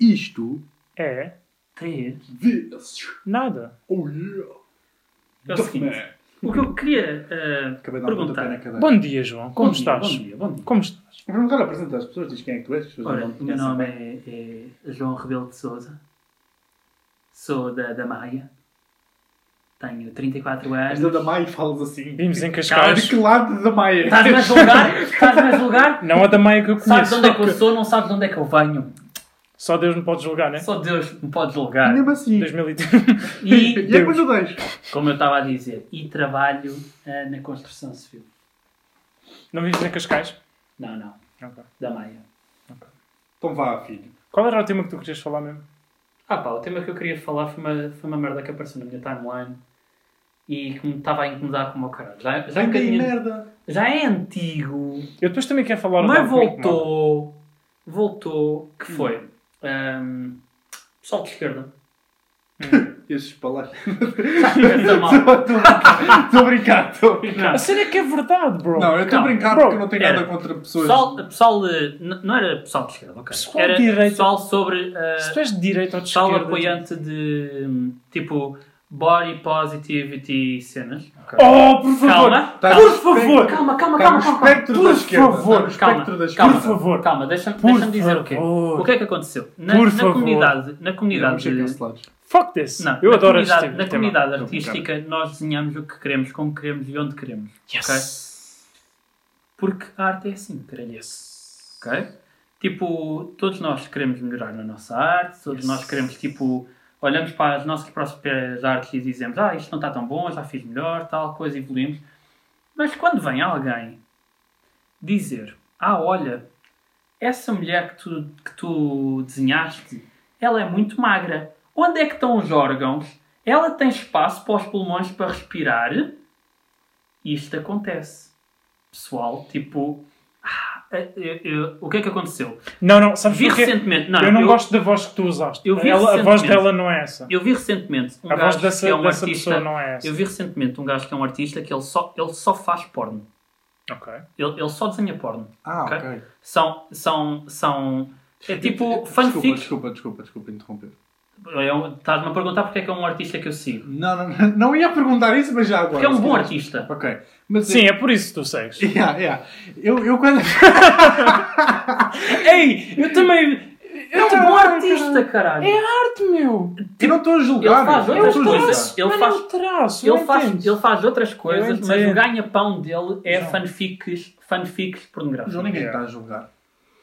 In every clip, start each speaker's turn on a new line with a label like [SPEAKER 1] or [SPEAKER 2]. [SPEAKER 1] Isto
[SPEAKER 2] É ter
[SPEAKER 1] vê-se.
[SPEAKER 2] nada.
[SPEAKER 1] Oh yeah.
[SPEAKER 2] É o seguinte.
[SPEAKER 1] Duffman.
[SPEAKER 2] O que eu queria eh,
[SPEAKER 1] Acabei de dar um pontapé na
[SPEAKER 2] perguntar.
[SPEAKER 1] cadeira.
[SPEAKER 2] Bom dia, João. Como
[SPEAKER 1] Bom dia,
[SPEAKER 2] estás?
[SPEAKER 1] Bom dia, bom dia.
[SPEAKER 2] Como estás?
[SPEAKER 1] Vamos agora apresentar as pessoas, diz quem é que tu és, as pessoas
[SPEAKER 3] Ora,
[SPEAKER 1] não
[SPEAKER 3] meu
[SPEAKER 1] conhecem.
[SPEAKER 3] nome é, é João Rebelo de Souza, sou da, da Maia, tenho 34
[SPEAKER 1] És
[SPEAKER 3] anos.
[SPEAKER 1] da Damaia e falas assim.
[SPEAKER 2] Vimos em
[SPEAKER 1] Cara,
[SPEAKER 2] Cascais.
[SPEAKER 1] de que lado da Damaia?
[SPEAKER 3] Estás mais vulgar? Estás mais vulgar?
[SPEAKER 2] Não é a da meia que eu
[SPEAKER 3] Sabes de
[SPEAKER 2] conheço.
[SPEAKER 3] onde é que eu sou, não sabes de onde é que eu venho.
[SPEAKER 2] Só Deus me pode julgar, né?
[SPEAKER 3] Só Deus me pode julgar.
[SPEAKER 1] Mesmo assim.
[SPEAKER 2] 2003.
[SPEAKER 1] E,
[SPEAKER 3] E,
[SPEAKER 1] e é que eu deixo.
[SPEAKER 3] como eu estava a dizer, e trabalho eh, na construção civil.
[SPEAKER 2] Não vives em Cascais?
[SPEAKER 3] Não, não,
[SPEAKER 2] Ok.
[SPEAKER 3] da Maia.
[SPEAKER 1] Então vá, filho.
[SPEAKER 2] Qual era o tema que tu querias falar mesmo?
[SPEAKER 3] Ah pá, o tema que eu queria falar foi uma, foi uma merda que apareceu na minha timeline e que me estava a incomodar como o caralho. Já, já, é um
[SPEAKER 1] Vem
[SPEAKER 2] né?
[SPEAKER 1] daí,
[SPEAKER 3] bocadinho,
[SPEAKER 1] merda.
[SPEAKER 3] já é antigo.
[SPEAKER 2] Eu depois também quero falar de
[SPEAKER 3] Mas
[SPEAKER 2] algo que me incomoda.
[SPEAKER 3] voltou. Voltou. Que
[SPEAKER 2] Hum.
[SPEAKER 3] foi? Ahm, pessoal de esquerda.
[SPEAKER 1] Esses palácios.
[SPEAKER 3] Essa é malta.
[SPEAKER 1] Estou a brincar, estou a brincar.
[SPEAKER 2] A cena é que é verdade, bro.
[SPEAKER 1] Não, eu estou a
[SPEAKER 3] Calma.
[SPEAKER 1] brincar
[SPEAKER 2] Bro,
[SPEAKER 1] porque eu não tenho
[SPEAKER 3] era.
[SPEAKER 1] nada contra pessoas.
[SPEAKER 3] Pessoal, pessoal de- n- não era pessoal de esquerda, ok.
[SPEAKER 2] Pessoal
[SPEAKER 3] era
[SPEAKER 2] de direita.
[SPEAKER 3] pessoal sobre. ah,
[SPEAKER 2] Se tu és de direita ou de
[SPEAKER 3] pessoal
[SPEAKER 2] esquerda...
[SPEAKER 3] apoiante de hum, tipo body positivity cenas.
[SPEAKER 2] Oh, por favor!
[SPEAKER 3] Calma.
[SPEAKER 1] Tá-
[SPEAKER 2] Por favor!
[SPEAKER 3] Calma, calma,
[SPEAKER 1] Está no
[SPEAKER 3] calma, calma.
[SPEAKER 1] espectro
[SPEAKER 2] Por
[SPEAKER 1] da esquerda.
[SPEAKER 2] favor,
[SPEAKER 1] está no
[SPEAKER 3] calma,
[SPEAKER 1] espectro da esquerda.
[SPEAKER 3] calma.
[SPEAKER 2] Por favor!
[SPEAKER 3] Calma, deixa-me
[SPEAKER 2] Por
[SPEAKER 3] deixa dizer o quê?
[SPEAKER 2] favor.
[SPEAKER 3] O que é que aconteceu? Na,
[SPEAKER 2] Por
[SPEAKER 3] na
[SPEAKER 2] favor.
[SPEAKER 3] comunidade, na
[SPEAKER 1] Vamos
[SPEAKER 3] comunidade
[SPEAKER 1] ser
[SPEAKER 3] de-
[SPEAKER 1] cancelados.
[SPEAKER 2] Fuck this!
[SPEAKER 3] Não,
[SPEAKER 2] eu
[SPEAKER 3] na
[SPEAKER 2] adoro este
[SPEAKER 3] comunidade,
[SPEAKER 2] tipo
[SPEAKER 3] Na
[SPEAKER 2] de tema.
[SPEAKER 3] comunidade
[SPEAKER 1] Não,
[SPEAKER 3] artística, nós desenhamos o que queremos, como queremos e onde queremos.
[SPEAKER 2] Yes.
[SPEAKER 3] ok? Porque a arte é assim, caralho. ok? Tipo, todos nós queremos melhorar na nossa arte, todos
[SPEAKER 2] Yes.
[SPEAKER 3] nós queremos, tipo, olhamos para as nossas próprias artes e dizemos ah, isto não está tão bom, já fiz melhor, tal coisa, evoluímos. Mas quando vem alguém dizer ah, olha, essa mulher que tu, que tu desenhaste, ela é muito magra. Onde é que estão os órgãos? Ela tem espaço para os pulmões para respirar? Isto acontece. Pessoal, tipo... ah, eu- eu- o que é que aconteceu?
[SPEAKER 2] Não, não, sabes
[SPEAKER 3] Vi
[SPEAKER 2] porquê?
[SPEAKER 3] recentemente... Não,
[SPEAKER 2] eu não gosto da voz que tu usaste.
[SPEAKER 3] eu vi
[SPEAKER 2] Ela- a voz
[SPEAKER 3] recentemente.
[SPEAKER 2] dela não é essa.
[SPEAKER 3] Eu vi recentemente um
[SPEAKER 2] a voz
[SPEAKER 3] gajo
[SPEAKER 2] dessa,
[SPEAKER 3] que é um
[SPEAKER 2] dessa
[SPEAKER 3] artista...
[SPEAKER 2] pessoa não é essa.
[SPEAKER 3] Eu vi recentemente um gajo que é um artista que ele só, ele só faz porno.
[SPEAKER 2] Ok.
[SPEAKER 3] Ele, ele só desenha porno.
[SPEAKER 1] Ah,
[SPEAKER 3] Ok.
[SPEAKER 1] ok.
[SPEAKER 3] São... são, são é tipo
[SPEAKER 1] Desculpa,
[SPEAKER 3] fanfic.
[SPEAKER 1] desculpa, desculpa, desculpa interromper.
[SPEAKER 3] É um- Estás-me a perguntar porque é que é um artista que eu sigo.
[SPEAKER 1] Não, não, não, não ia perguntar isso, mas já agora.
[SPEAKER 3] Porque é um
[SPEAKER 1] se
[SPEAKER 3] bom
[SPEAKER 1] calhar.
[SPEAKER 3] artista.
[SPEAKER 1] Ok. Mas
[SPEAKER 2] Sim, é por isso que tu segues.
[SPEAKER 1] Eu, yeah, yeah. eu, eu quando. é
[SPEAKER 2] Ei, eu também.
[SPEAKER 3] É um
[SPEAKER 2] Então,
[SPEAKER 3] bom artista, caralho.
[SPEAKER 2] É arte, meu!
[SPEAKER 1] eu não estou a julgar.
[SPEAKER 3] Ele faz
[SPEAKER 1] eu não
[SPEAKER 3] outras
[SPEAKER 1] estou a julgar.
[SPEAKER 3] coisas. Ele
[SPEAKER 2] Mano,
[SPEAKER 3] faz-
[SPEAKER 2] é o traço,
[SPEAKER 3] Ele
[SPEAKER 2] não
[SPEAKER 3] faz,
[SPEAKER 2] entendes?
[SPEAKER 3] ele faz outras coisas, mas
[SPEAKER 2] entendo.
[SPEAKER 3] o ganha-pão dele é
[SPEAKER 2] Não.
[SPEAKER 3] fanfics, fanfics pornográficos.
[SPEAKER 1] João, ninguém
[SPEAKER 2] Yeah.
[SPEAKER 1] está a julgar.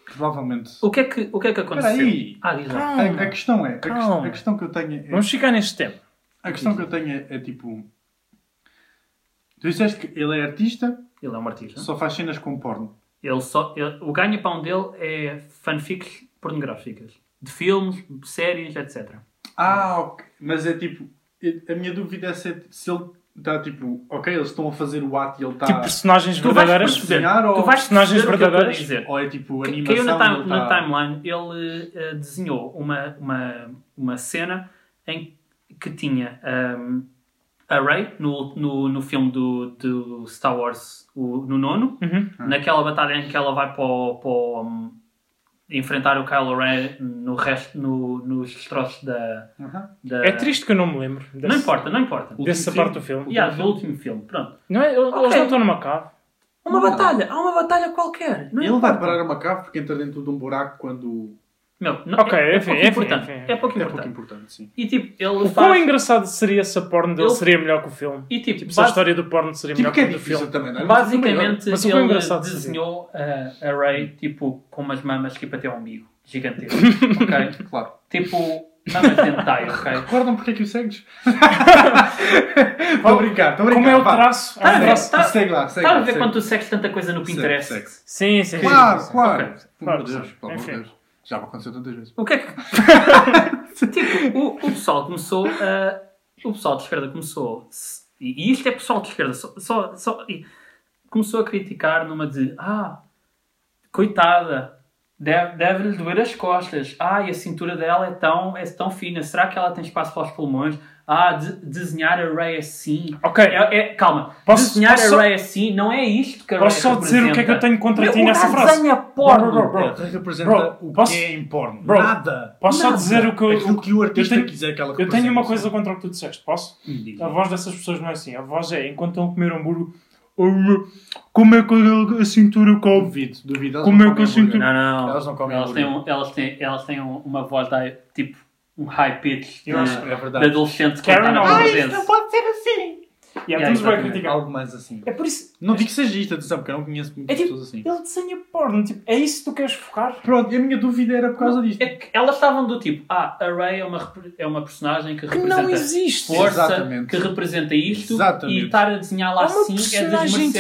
[SPEAKER 1] Provavelmente.
[SPEAKER 3] O que é que, o que, é que aconteceu?
[SPEAKER 1] Peraí.
[SPEAKER 3] Ah, diz lá.
[SPEAKER 1] A, a questão é. A, quest-
[SPEAKER 2] Calma.
[SPEAKER 1] a questão que eu tenho é.
[SPEAKER 2] Vamos ficar neste tema.
[SPEAKER 1] A questão que eu tenho é, é tipo. Tu disseste que ele é artista,
[SPEAKER 3] Ele é um artista.
[SPEAKER 1] só faz cenas com porno.
[SPEAKER 3] Ele só, ele- o ganha-pão dele é fanfics pornográficas. De filmes, séries, etc.
[SPEAKER 1] Ah, ok. Mas é tipo. A minha dúvida é se, se ele está tipo. Ok, eles estão a fazer o ato e ele está.
[SPEAKER 2] Tipo personagens
[SPEAKER 3] Ah. Tu vais
[SPEAKER 2] verdadeiras.
[SPEAKER 3] perceber.
[SPEAKER 1] desenhar ou-
[SPEAKER 3] Tu vais
[SPEAKER 2] Personagens
[SPEAKER 3] perceber o que eu estou a
[SPEAKER 2] verdadeiras?
[SPEAKER 3] dizer.
[SPEAKER 1] Ou é tipo
[SPEAKER 3] Que-
[SPEAKER 1] animação.
[SPEAKER 3] Caiu na,
[SPEAKER 1] ele
[SPEAKER 3] time-
[SPEAKER 1] tá-
[SPEAKER 3] na timeline, ele eh, desenhou uma, uma, uma cena em que tinha ahm, a Rey no, no, no filme do, do Star Wars, o- no nono,
[SPEAKER 2] Uhum.
[SPEAKER 1] Ah.
[SPEAKER 3] naquela batalha em que ela vai para, o- para o, hum, enfrentar o Kylo Ren no resto, no, nos destroços da,
[SPEAKER 1] Aham.
[SPEAKER 3] da-
[SPEAKER 2] É triste que eu não me lembro.
[SPEAKER 3] Não
[SPEAKER 2] desse-
[SPEAKER 3] importa, não importa.
[SPEAKER 2] Dessa
[SPEAKER 1] Último
[SPEAKER 2] parte
[SPEAKER 1] filme.
[SPEAKER 2] do filme.
[SPEAKER 3] Yeah, do último filme, pronto.
[SPEAKER 2] Não é, eles
[SPEAKER 3] Ok.
[SPEAKER 2] não estão numa cave.
[SPEAKER 3] Uma batalha, há uma batalha qualquer. não
[SPEAKER 1] Ele vai
[SPEAKER 3] importa.
[SPEAKER 1] parar uma cave porque entra dentro de um buraco quando.
[SPEAKER 3] Meu, não,
[SPEAKER 2] Ok,
[SPEAKER 3] é, é
[SPEAKER 2] enfim,
[SPEAKER 3] pouco
[SPEAKER 2] enfim,
[SPEAKER 3] importante.
[SPEAKER 2] enfim.
[SPEAKER 3] É pouco
[SPEAKER 1] É pouco
[SPEAKER 3] importante.
[SPEAKER 1] importante, sim.
[SPEAKER 3] E tipo, ele
[SPEAKER 2] O quão
[SPEAKER 3] faz...
[SPEAKER 2] engraçado seria se a porno dele
[SPEAKER 3] Ele-
[SPEAKER 2] seria melhor que o filme?
[SPEAKER 3] E tipo,
[SPEAKER 2] Tipo, se a
[SPEAKER 3] basi-
[SPEAKER 2] história do porno seria
[SPEAKER 1] Tipo
[SPEAKER 2] melhor
[SPEAKER 1] que é
[SPEAKER 2] que o do
[SPEAKER 1] difícil
[SPEAKER 2] filme.
[SPEAKER 1] também, não é?
[SPEAKER 3] basicamente
[SPEAKER 2] Mas o que é
[SPEAKER 3] ele
[SPEAKER 2] engraçado de
[SPEAKER 3] desenhou a, a Ray tipo com umas mamas tipo até ao umbigo, gigantesco, ok?
[SPEAKER 1] Claro.
[SPEAKER 3] tipo mamas dentais, ok?
[SPEAKER 1] Recordam porque é que o segues? Estou a brincar, estou a brincar.
[SPEAKER 2] Como é o
[SPEAKER 1] vá. Ah,
[SPEAKER 2] traço?
[SPEAKER 3] Tá a
[SPEAKER 2] Há um
[SPEAKER 3] ver,
[SPEAKER 2] traço.
[SPEAKER 3] tá-
[SPEAKER 1] Segue lá, segue
[SPEAKER 3] Estás a
[SPEAKER 1] lá,
[SPEAKER 3] ver
[SPEAKER 1] segue.
[SPEAKER 3] quando tu segues tanta coisa no Pinterest?
[SPEAKER 1] Segue, segue.
[SPEAKER 2] Sim, sim.
[SPEAKER 1] Claro,
[SPEAKER 2] sim.
[SPEAKER 1] claro.
[SPEAKER 2] Claro,
[SPEAKER 1] Meu Deus,
[SPEAKER 2] sim.
[SPEAKER 1] pelo amor de
[SPEAKER 2] Enfim.
[SPEAKER 1] Deus. Já me aconteceu tantas vezes.
[SPEAKER 3] O que é que. tipo, o, o pessoal começou a. O pessoal de esquerda começou. se- E isto é pessoal de esquerda, só. só, só- e começou a criticar numa de. Ah, coitada, Deve- Deve-lhe doer as costas. Ai, a cintura dela é tão, é tão fina. Será que ela tem espaço para os pulmões? Ah, de- desenhar a Ray assim.
[SPEAKER 2] Ok,
[SPEAKER 3] É- é- calma.
[SPEAKER 2] Posso-
[SPEAKER 3] desenhar
[SPEAKER 2] posso só-
[SPEAKER 3] a Ray assim não é isto que a Ray
[SPEAKER 2] posso só dizer o que é que eu tenho contra ti nessa frase?
[SPEAKER 3] desenha é porno.
[SPEAKER 2] Bro, bro, bro,
[SPEAKER 1] Ela
[SPEAKER 2] bro.
[SPEAKER 1] representa
[SPEAKER 2] Bro,
[SPEAKER 1] o
[SPEAKER 2] posso-
[SPEAKER 1] que é em porno.
[SPEAKER 2] Bro,
[SPEAKER 1] Nada.
[SPEAKER 2] Posso só
[SPEAKER 3] Nada.
[SPEAKER 2] dizer o que eu.
[SPEAKER 1] Aquilo que o artista
[SPEAKER 2] tenho-
[SPEAKER 1] quiser que ela
[SPEAKER 2] Eu tenho uma coisa
[SPEAKER 1] represente.
[SPEAKER 2] contra o que tu disseste, posso?
[SPEAKER 1] Hum, diz.
[SPEAKER 2] A voz dessas pessoas não é assim. A voz é, enquanto estão a comer hambúrguer, "Oh, meu, como é que a- a cintura cobre?
[SPEAKER 1] Duvido, duvido. Elas
[SPEAKER 2] Como
[SPEAKER 1] não
[SPEAKER 2] é que
[SPEAKER 1] comem
[SPEAKER 2] eu sinto-
[SPEAKER 1] hambúrguer.
[SPEAKER 3] Não, não.
[SPEAKER 1] Elas não comem
[SPEAKER 3] elas têm,
[SPEAKER 1] hambúrguer.
[SPEAKER 3] um- elas, têm, elas têm um- uma voz da, tipo um high pitch de,
[SPEAKER 2] Eu acho-
[SPEAKER 1] É
[SPEAKER 3] de
[SPEAKER 1] verdade.
[SPEAKER 3] adolescente que
[SPEAKER 2] Karen
[SPEAKER 3] está na
[SPEAKER 2] Alves.
[SPEAKER 3] presença.
[SPEAKER 1] pode ser assim.
[SPEAKER 2] Yeah,
[SPEAKER 3] Yeah,
[SPEAKER 2] estamos bem a
[SPEAKER 3] exatamente.
[SPEAKER 2] criticar.
[SPEAKER 1] Algo mais assim.
[SPEAKER 2] É por isso,
[SPEAKER 1] Não digo que seja isto, atenção, porque eu não conheço muitas
[SPEAKER 2] É tipo-
[SPEAKER 1] pessoas assim.
[SPEAKER 2] ele desenha porno, tipo, é isso que tu queres focar?
[SPEAKER 1] Pronto, a minha dúvida era por causa disto.
[SPEAKER 3] É que elas estavam do tipo, ah, a Ray é uma, repre- é uma personagem que
[SPEAKER 2] Que
[SPEAKER 3] representa
[SPEAKER 2] não existe!
[SPEAKER 3] força,
[SPEAKER 1] Exatamente.
[SPEAKER 3] que representa isto
[SPEAKER 1] Exatamente.
[SPEAKER 3] e estar a desenhá-la assim é desmerecer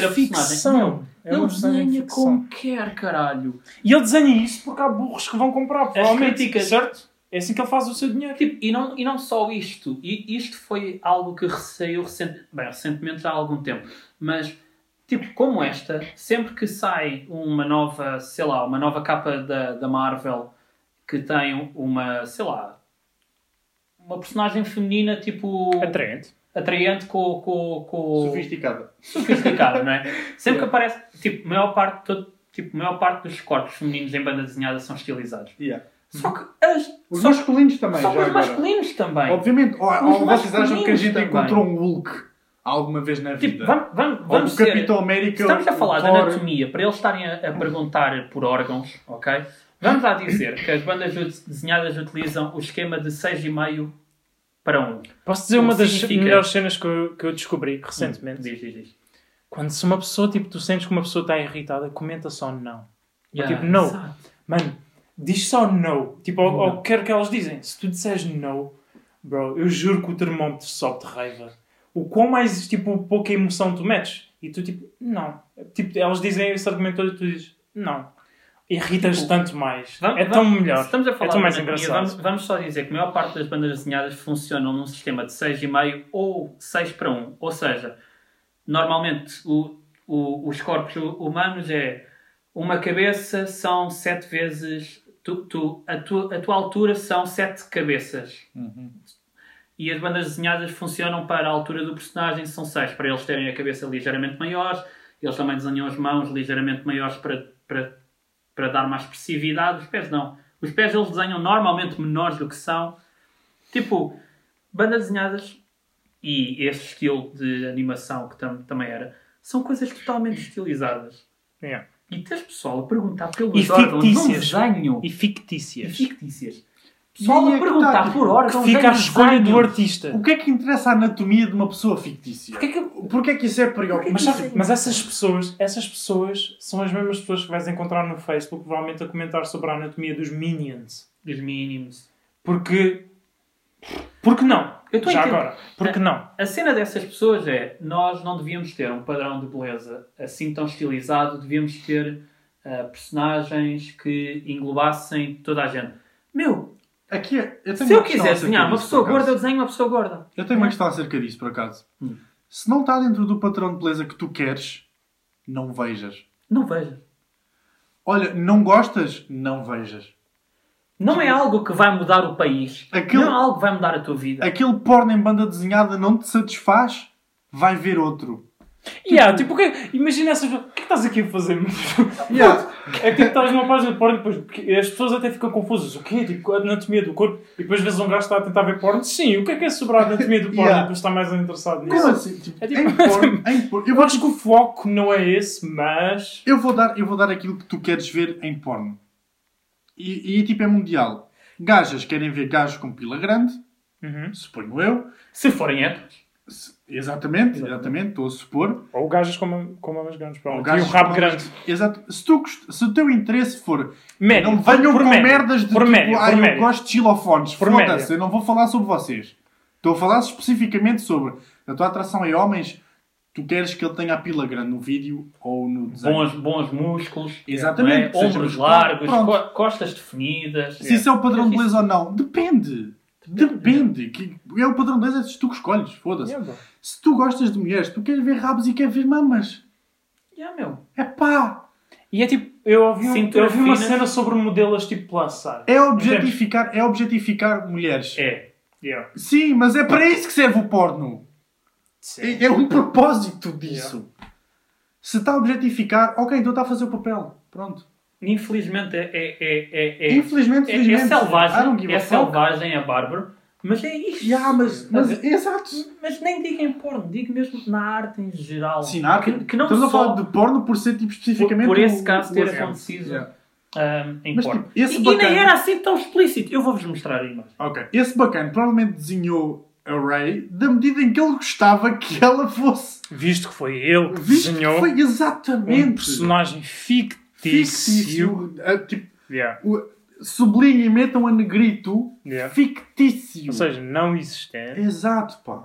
[SPEAKER 3] a personagem. Não,
[SPEAKER 2] É uma
[SPEAKER 3] ele
[SPEAKER 2] personagem de
[SPEAKER 3] desenha
[SPEAKER 2] ficção.
[SPEAKER 3] como quer, caralho.
[SPEAKER 2] E ele desenha isso porque há burros que vão comprar, provavelmente.
[SPEAKER 3] críticas-
[SPEAKER 2] Certo? É assim que ele faz o seu dinheiro.
[SPEAKER 3] Tipo, e, não, e não só isto, e isto foi algo que saiu recente, bem, recentemente já há algum tempo, mas tipo, como esta, sempre que sai uma nova, sei lá, uma nova capa da, da Marvel que tem uma, sei lá, uma personagem feminina tipo
[SPEAKER 2] Atraente.
[SPEAKER 3] atraente com, com, com
[SPEAKER 1] Sofisticada.
[SPEAKER 3] sofisticado, não é? Sempre que aparece, tipo, maior parte, todo, tipo, maior parte dos corpos femininos em banda desenhada são estilizados.
[SPEAKER 1] Yeah.
[SPEAKER 3] Só que as,
[SPEAKER 1] Uhum. Os
[SPEAKER 3] só,
[SPEAKER 1] masculinos também,
[SPEAKER 3] só
[SPEAKER 1] já
[SPEAKER 3] os
[SPEAKER 1] agora.
[SPEAKER 3] masculinos também.
[SPEAKER 1] Obviamente, ou, ou vocês acham que a
[SPEAKER 3] masculinos
[SPEAKER 1] gente
[SPEAKER 3] também.
[SPEAKER 1] encontrou um Hulk alguma vez na vida?
[SPEAKER 3] Tipo, vamos, vamos,
[SPEAKER 1] ou
[SPEAKER 3] vamos
[SPEAKER 1] o
[SPEAKER 3] ser...
[SPEAKER 1] Capitão América,
[SPEAKER 3] Estamos
[SPEAKER 1] o
[SPEAKER 3] a falar de
[SPEAKER 1] Thor.
[SPEAKER 3] anatomia, para eles estarem a, a perguntar por órgãos, ok? Vamos lá dizer que as bandas ut- desenhadas utilizam o esquema de 6,5 para 1.
[SPEAKER 2] Posso dizer
[SPEAKER 3] Não
[SPEAKER 2] uma das
[SPEAKER 3] significa. Hum,
[SPEAKER 2] melhores cenas que eu, que eu descobri recentemente?
[SPEAKER 3] Diz, diz, diz.
[SPEAKER 2] Quando se uma pessoa, tipo, tu sentes que uma pessoa está irritada, comenta só não. Ou
[SPEAKER 3] Yeah,
[SPEAKER 2] tipo, não.
[SPEAKER 3] exato.
[SPEAKER 2] Mano, diz só no. Tipo, ao, ao
[SPEAKER 3] Não.
[SPEAKER 2] que quer que elas dizem. Se tu disseres no, bro, eu juro que o termómetro sobe de raiva. O quão mais, tipo, pouca emoção tu metes. E tu, tipo, não. Tipo, elas dizem esse argumento todo e tu dizes, não. Irritas
[SPEAKER 3] Tipo,
[SPEAKER 2] tanto mais.
[SPEAKER 3] Vamos-
[SPEAKER 2] é tão
[SPEAKER 3] vamos-
[SPEAKER 2] melhor.
[SPEAKER 3] se Estamos a
[SPEAKER 2] é
[SPEAKER 3] falar
[SPEAKER 2] tão mais
[SPEAKER 3] de anatomia,
[SPEAKER 2] engraçado.
[SPEAKER 3] Vamos, vamos só dizer que a maior parte das bandas desenhadas funcionam num sistema de 6,5 ou 6 para 1. Ou seja, normalmente o- o- os corpos hu- humanos é uma cabeça são 7 vezes. Tu, tu- a, tua, a tua altura são 7 cabeças.
[SPEAKER 1] Uhum.
[SPEAKER 3] E as bandas desenhadas funcionam para a altura do personagem, são 6, para eles terem a cabeça ligeiramente maior. Eles também desenham as mãos ligeiramente maiores para, para, para dar mais expressividade. Os pés não. Os pés eles desenham normalmente menores do que são. Tipo, bandas desenhadas e esse estilo de animação que tam- também era, são coisas totalmente estilizadas.
[SPEAKER 2] Yeah.
[SPEAKER 3] E tens pessoal a perguntar pelos
[SPEAKER 2] E
[SPEAKER 3] órgãos de um
[SPEAKER 2] fictícias.
[SPEAKER 3] desenho.
[SPEAKER 2] E
[SPEAKER 3] E
[SPEAKER 2] fictícias.
[SPEAKER 3] fictícias.
[SPEAKER 1] E
[SPEAKER 3] Pessoal
[SPEAKER 1] é
[SPEAKER 3] a
[SPEAKER 1] que tá,
[SPEAKER 3] perguntar
[SPEAKER 1] tipo,
[SPEAKER 3] por órgãos
[SPEAKER 2] que fica
[SPEAKER 3] em
[SPEAKER 2] à escolha do
[SPEAKER 3] desenhos.
[SPEAKER 2] artista.
[SPEAKER 1] O que é que interessa a anatomia de uma pessoa fictícia?
[SPEAKER 3] Porquê que
[SPEAKER 1] Porquê é que isso é preocupante?
[SPEAKER 2] Mas, sabe- mas essas pessoas, essas pessoas são as mesmas pessoas que vais encontrar no Facebook, provavelmente a comentar sobre a anatomia dos Minions.
[SPEAKER 3] Dos mínimos.
[SPEAKER 2] Porque. Porque não?
[SPEAKER 3] Eu tô
[SPEAKER 2] Já
[SPEAKER 3] entendendo.
[SPEAKER 2] agora. Porque não?
[SPEAKER 3] A cena dessas pessoas é, nós não devíamos ter um padrão de beleza assim tão estilizado, devíamos ter ah, personagens que englobassem toda a gente. Meu,
[SPEAKER 1] Aqui, é- eu tenho uma
[SPEAKER 3] se
[SPEAKER 1] questão
[SPEAKER 3] eu quiser
[SPEAKER 1] acerca
[SPEAKER 3] desenhar uma
[SPEAKER 1] disso,
[SPEAKER 3] pessoa
[SPEAKER 1] por acaso.
[SPEAKER 3] gorda, eu desenho uma pessoa gorda.
[SPEAKER 1] Eu tenho uma questão acerca disso, por acaso.
[SPEAKER 3] Hum.
[SPEAKER 1] Se não está dentro do padrão de beleza que tu queres, não vejas.
[SPEAKER 3] Não vejo.
[SPEAKER 1] Olha, não gostas? Não vejas.
[SPEAKER 3] Não é algo que vai mudar o país.
[SPEAKER 1] Tipo, Aquilo-
[SPEAKER 3] Não é algo que vai mudar a tua vida.
[SPEAKER 1] Aquele porno em banda desenhada não te satisfaz? Vai ver outro.
[SPEAKER 2] E há, tipo, o que- imagina essas pessoas. O que é que estás aqui a fazer? meu?" É que tipo, estás numa página de porno e depois porque as pessoas até ficam confusas. O quê? Tipo, a anatomia do corpo. E depois vês um gajo que está a tentar ver porno. Sim, o que é que é sobre a anatomia do porno?
[SPEAKER 1] Yeah.
[SPEAKER 2] E depois está mais interessado nisso.
[SPEAKER 1] Como assim? Tipo,
[SPEAKER 2] É tipo-
[SPEAKER 1] Em porno, em porno. Eu,
[SPEAKER 2] Eu
[SPEAKER 1] vou,
[SPEAKER 2] acho que o foco não é esse, mas.
[SPEAKER 1] eu vou dar, eu vou dar aquilo que tu queres ver em porno. E, e tipo, é mundial. Gajas querem ver gajos com pila grande,
[SPEAKER 2] Uhum.
[SPEAKER 1] suponho eu.
[SPEAKER 3] Se forem héteros.
[SPEAKER 1] Se- Exatamente, exatamente, estou a supor.
[SPEAKER 2] Ou gajas com, mam- com mamas grandes,
[SPEAKER 1] Ou
[SPEAKER 2] provavelmente.
[SPEAKER 1] gajos
[SPEAKER 2] E um rabo
[SPEAKER 1] com
[SPEAKER 2] grande.
[SPEAKER 1] Exato. Se, tu gost- se o teu interesse for.
[SPEAKER 2] Médio,
[SPEAKER 1] não venham
[SPEAKER 2] por
[SPEAKER 1] com
[SPEAKER 2] médio,
[SPEAKER 1] merdas de
[SPEAKER 2] por
[SPEAKER 1] tipo,
[SPEAKER 2] médio,
[SPEAKER 1] "Ai,
[SPEAKER 2] por
[SPEAKER 1] eu
[SPEAKER 2] médio."
[SPEAKER 1] gosto de xilofones.
[SPEAKER 2] Por
[SPEAKER 1] Foda-se,
[SPEAKER 2] médio.
[SPEAKER 1] eu não vou falar sobre vocês. Estou a falar especificamente sobre a tua atração em homens. Tu queres que ele tenha a pila grande no vídeo ou no desenho.
[SPEAKER 3] Bons, bons músculos.
[SPEAKER 1] Exatamente,
[SPEAKER 3] não é?
[SPEAKER 1] seja
[SPEAKER 3] Ombros
[SPEAKER 1] muscular.
[SPEAKER 3] largos,
[SPEAKER 1] Pronto.
[SPEAKER 3] co- costas definidas. é.
[SPEAKER 1] Se isso é o padrão de
[SPEAKER 3] Isso-
[SPEAKER 1] beleza ou não, depende. Depende. Que é o padrão de beleza se tu que escolhes. Foda-se.
[SPEAKER 2] Yeah, bro.
[SPEAKER 1] Se tu gostas de mulheres, tu queres ver rabos e queres ver mamas.
[SPEAKER 3] Yeah, meu.
[SPEAKER 1] É pá!
[SPEAKER 2] E é tipo, Eu ouvi, um-
[SPEAKER 3] Cintura
[SPEAKER 2] eu ouvi uma
[SPEAKER 3] fina.
[SPEAKER 2] cena sobre modelos tipo plus size.
[SPEAKER 1] É objetificar, é objetificar mulheres.
[SPEAKER 3] É.
[SPEAKER 2] Yeah.
[SPEAKER 1] Sim, mas é para isso que serve o porno.
[SPEAKER 2] Sim.
[SPEAKER 1] É, é um propósito disso. Se está a objetificar, ok, então está a fazer o papel. Pronto.
[SPEAKER 3] Infelizmente é. é, é, é, é.
[SPEAKER 1] Infelizmente,
[SPEAKER 3] É, é
[SPEAKER 1] felizmente, I don't
[SPEAKER 3] selvagem,
[SPEAKER 1] give
[SPEAKER 3] é
[SPEAKER 1] a fuck.
[SPEAKER 3] selvagem, é bárbaro, mas é isto.
[SPEAKER 1] Yeah, mas, mas,
[SPEAKER 3] Mas-
[SPEAKER 1] exato.
[SPEAKER 3] Mas nem digo em porno, digo mesmo na arte em geral.
[SPEAKER 1] Sim, na arte,
[SPEAKER 3] Que, que não
[SPEAKER 1] estamos
[SPEAKER 3] só
[SPEAKER 1] a falar de porno por ser tipo,
[SPEAKER 3] por,
[SPEAKER 1] especificamente.
[SPEAKER 3] por esse
[SPEAKER 1] o-
[SPEAKER 3] caso
[SPEAKER 1] o
[SPEAKER 3] ter
[SPEAKER 1] orgasmo.
[SPEAKER 3] acontecido
[SPEAKER 1] Yeah.
[SPEAKER 3] ahm, em
[SPEAKER 1] Mas,
[SPEAKER 3] porno.
[SPEAKER 1] tipo, esse
[SPEAKER 3] e, e
[SPEAKER 1] bacana-
[SPEAKER 3] nem era assim tão explícito. Eu vou-vos mostrar a imagem.
[SPEAKER 1] Ok. Esse bacana provavelmente desenhou a Ray da medida em que ele gostava que ela fosse.
[SPEAKER 2] Visto que foi ele que
[SPEAKER 1] Visto que
[SPEAKER 2] desenhou
[SPEAKER 1] foi
[SPEAKER 2] um
[SPEAKER 1] exatamente.
[SPEAKER 2] personagem fictício.
[SPEAKER 1] fictício. Ah, tipo,
[SPEAKER 2] Yeah.
[SPEAKER 1] o- sublinhem e metam a negrito.
[SPEAKER 2] Yeah.
[SPEAKER 1] Fictício.
[SPEAKER 2] Ou seja, não existente.
[SPEAKER 1] Exato, pá.